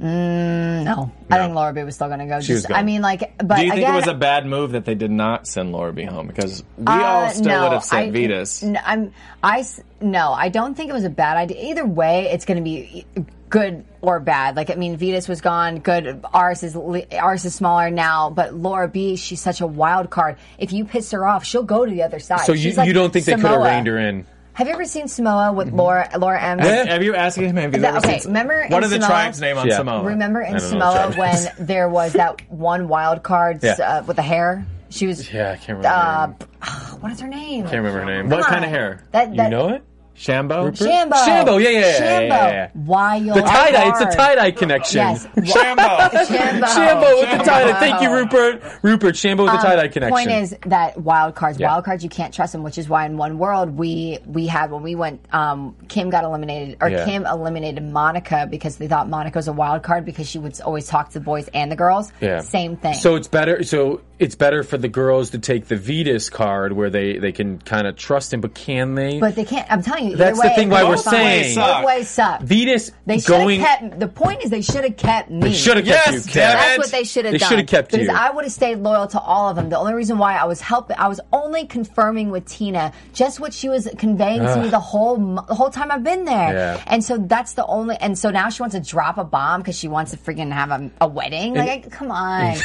Speaker 4: Mm, no, I think Laura B was still going to go. Just,
Speaker 2: was going.
Speaker 4: I mean, like, but
Speaker 3: Do you think
Speaker 4: again,
Speaker 3: it was a bad move that they did not send Laura B home? Because we all
Speaker 4: Uh,
Speaker 3: still would have sent
Speaker 4: I-
Speaker 3: Vetus.
Speaker 4: n- I'm, I, s- no, I don't think it was a bad idea. Either way, it's going to be e- good or bad. Like, I mean, Vetus was gone. Good. Ours is, le- ours is smaller now, but Laura B, she's such a wild card. If you piss her off, she'll go to the other side.
Speaker 2: So you
Speaker 4: She's like
Speaker 2: you don't think they could have
Speaker 4: Samoa.
Speaker 2: reined her in?
Speaker 4: Have you ever seen Samoa with Laura, Laura M?
Speaker 3: Have you asking him? Have you
Speaker 4: The-
Speaker 3: ever
Speaker 4: okay,
Speaker 3: seen-
Speaker 4: remember
Speaker 3: what
Speaker 4: in
Speaker 3: are the
Speaker 4: Samoa-
Speaker 3: tribes' name on
Speaker 2: Yeah.
Speaker 3: Samoa?
Speaker 4: Remember in
Speaker 2: Oh, don't know
Speaker 4: Samoa
Speaker 2: what
Speaker 4: when there was that one wild card
Speaker 2: Yeah.
Speaker 4: uh, with the hair? She was.
Speaker 2: Yeah, I can't remember. her
Speaker 4: Uh,
Speaker 2: name.
Speaker 4: what is her name?
Speaker 2: Can't remember her name.
Speaker 3: What
Speaker 4: Come
Speaker 3: kind of
Speaker 4: on.
Speaker 3: hair?
Speaker 4: That, that,
Speaker 2: You know it?
Speaker 3: Shambo.
Speaker 4: Shambo.
Speaker 2: Shambo, yeah, yeah, yeah,
Speaker 4: Shambo.
Speaker 2: yeah, yeah, yeah.
Speaker 4: Wild.
Speaker 2: The tie dye. It's
Speaker 4: card.
Speaker 2: a tie dye connection.
Speaker 4: Oh, Yes.
Speaker 3: Shambo.
Speaker 4: Shambo.
Speaker 2: Shambo with the tie dye. Thank you,
Speaker 4: Shambo.
Speaker 2: Rupert. Rupert Shambo with the tie dye connection.
Speaker 4: Point is that wild cards,
Speaker 2: Yeah.
Speaker 4: wild cards, you can't trust them, which is why in one world we we had when we went, um, Kim got eliminated or
Speaker 2: Yeah.
Speaker 4: Kim eliminated Monica because they thought Monica was a wild card because she would always talk to the boys and the girls.
Speaker 2: Yeah.
Speaker 4: Same thing.
Speaker 2: So it's better. So it's better for the girls to take the Vetus card, where they they can kind of trust him. But can they?
Speaker 4: but they can't. I'm telling you. either
Speaker 2: That's the
Speaker 4: way,
Speaker 2: thing why
Speaker 4: both
Speaker 2: we're
Speaker 4: ways-
Speaker 2: saying-
Speaker 4: both ways suck.
Speaker 2: Vetus
Speaker 4: They should have
Speaker 2: going.
Speaker 4: kept. The point is they should have kept me.
Speaker 2: should have kept
Speaker 3: Yes,
Speaker 2: you.
Speaker 3: damn
Speaker 2: Kat.
Speaker 3: it.
Speaker 4: That's what they should have
Speaker 2: They
Speaker 4: done.
Speaker 2: should have kept
Speaker 4: because
Speaker 2: you.
Speaker 4: I would have stayed loyal to all of them. The only reason why I was helping, I was only confirming with Tina just what she was conveying to me the whole mo- the whole time I've been there.
Speaker 2: Yeah.
Speaker 4: And so that's the only. And so now she wants to drop a bomb because she wants to freaking have a, a wedding. Like, I- come on, keep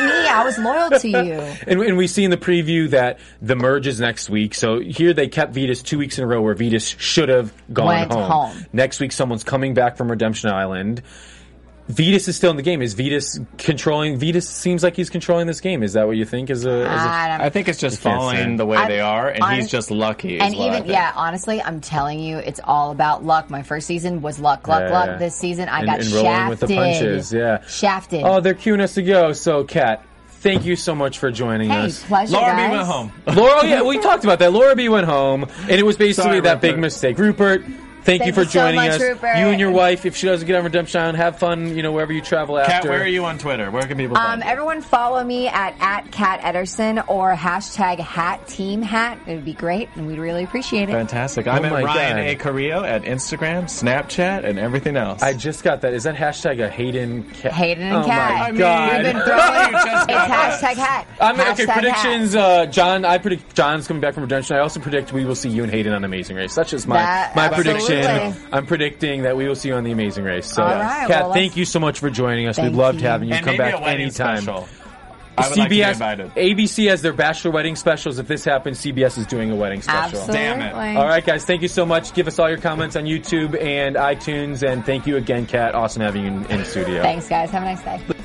Speaker 4: me. I was loyal to you.
Speaker 2: And, and we see in the preview that the merge is next week. So here they kept Vetus two weeks in a row where Vetus should have gone
Speaker 4: Went
Speaker 2: home.
Speaker 4: home.
Speaker 2: Next week, someone's coming back from Redemption Island. Vetus is still in the game. Is Vetus controlling? Vetus seems like he's controlling this game. Is that what you think? Is a, is a
Speaker 4: I don't
Speaker 3: I think it's just
Speaker 2: can't say.
Speaker 3: falling the way
Speaker 4: I'm
Speaker 3: they are, and
Speaker 4: honest-
Speaker 3: he's just lucky. is
Speaker 4: and
Speaker 3: what I
Speaker 4: even
Speaker 3: think.
Speaker 4: yeah, honestly, I'm telling you, it's all about luck. My first season was luck, luck,
Speaker 2: Yeah,
Speaker 4: luck.
Speaker 2: yeah.
Speaker 4: This season, I
Speaker 2: And-
Speaker 4: got
Speaker 2: and
Speaker 4: shafted.
Speaker 2: rolling with the punches, yeah.
Speaker 4: shafted.
Speaker 2: Oh, they're queuing us to go. So, Kat, thank you so much for joining
Speaker 4: hey,
Speaker 2: us.
Speaker 4: pleasure,
Speaker 3: Laura
Speaker 4: guys.
Speaker 3: B went home.
Speaker 2: Laura, oh, yeah, we talked about that. Laura B went home, and it was basically
Speaker 3: Sorry,
Speaker 2: that big
Speaker 3: Rupert.
Speaker 2: mistake. Rupert, thank, you
Speaker 4: Thank
Speaker 2: for
Speaker 4: you so
Speaker 2: joining
Speaker 4: much,
Speaker 2: us.
Speaker 4: Rupert.
Speaker 2: You and your wife, if she doesn't get on Redemption Island, have fun, you know, wherever you travel
Speaker 3: Kat,
Speaker 2: after.
Speaker 3: where are you on Twitter? Where can people
Speaker 4: Um,
Speaker 3: find you?
Speaker 4: everyone follow me at, at Kat Ederson or hashtag hat team hat. It would be great and we'd really appreciate it.
Speaker 3: Fantastic. I'm
Speaker 2: Oh my
Speaker 3: at Ryan
Speaker 2: God.
Speaker 3: A. Carrillo at Instagram, Snapchat, and everything else.
Speaker 2: I just got that. Is that hashtag a Hayden Cat?
Speaker 4: Hayden and
Speaker 2: oh
Speaker 4: Kat.
Speaker 2: My
Speaker 4: I mean,
Speaker 2: God.
Speaker 4: We've been
Speaker 3: You
Speaker 4: throwing it's
Speaker 3: just got that.
Speaker 4: hashtag hat.
Speaker 2: I mean, okay,
Speaker 4: Hashtag hat.
Speaker 2: predictions. Uh, John, I predict John's coming back from redemption. I also predict we will see you and Hayden on Amazing Race. That's just my
Speaker 4: That-
Speaker 2: my prediction.
Speaker 4: absolutely.
Speaker 2: I'm predicting that we will see you on the Amazing Race. So,
Speaker 4: All right,
Speaker 2: Kat,
Speaker 4: well, let's-
Speaker 2: thank you so much for joining us. We
Speaker 4: Thank
Speaker 2: loved
Speaker 4: you.
Speaker 2: having you
Speaker 3: and
Speaker 2: come
Speaker 3: maybe
Speaker 2: back
Speaker 3: a wedding
Speaker 2: anytime.
Speaker 3: Special. I would like to be
Speaker 2: CBS,
Speaker 3: invited.
Speaker 2: ABC has their bachelor wedding specials. If this happens, CBS is doing a wedding special.
Speaker 4: Absolutely.
Speaker 3: Damn it.
Speaker 2: All right, guys, thank you so much. Give us all your comments on YouTube and iTunes, and thank you again, Kat. Awesome having you in, in studio.
Speaker 4: Thanks, guys. Have a nice day.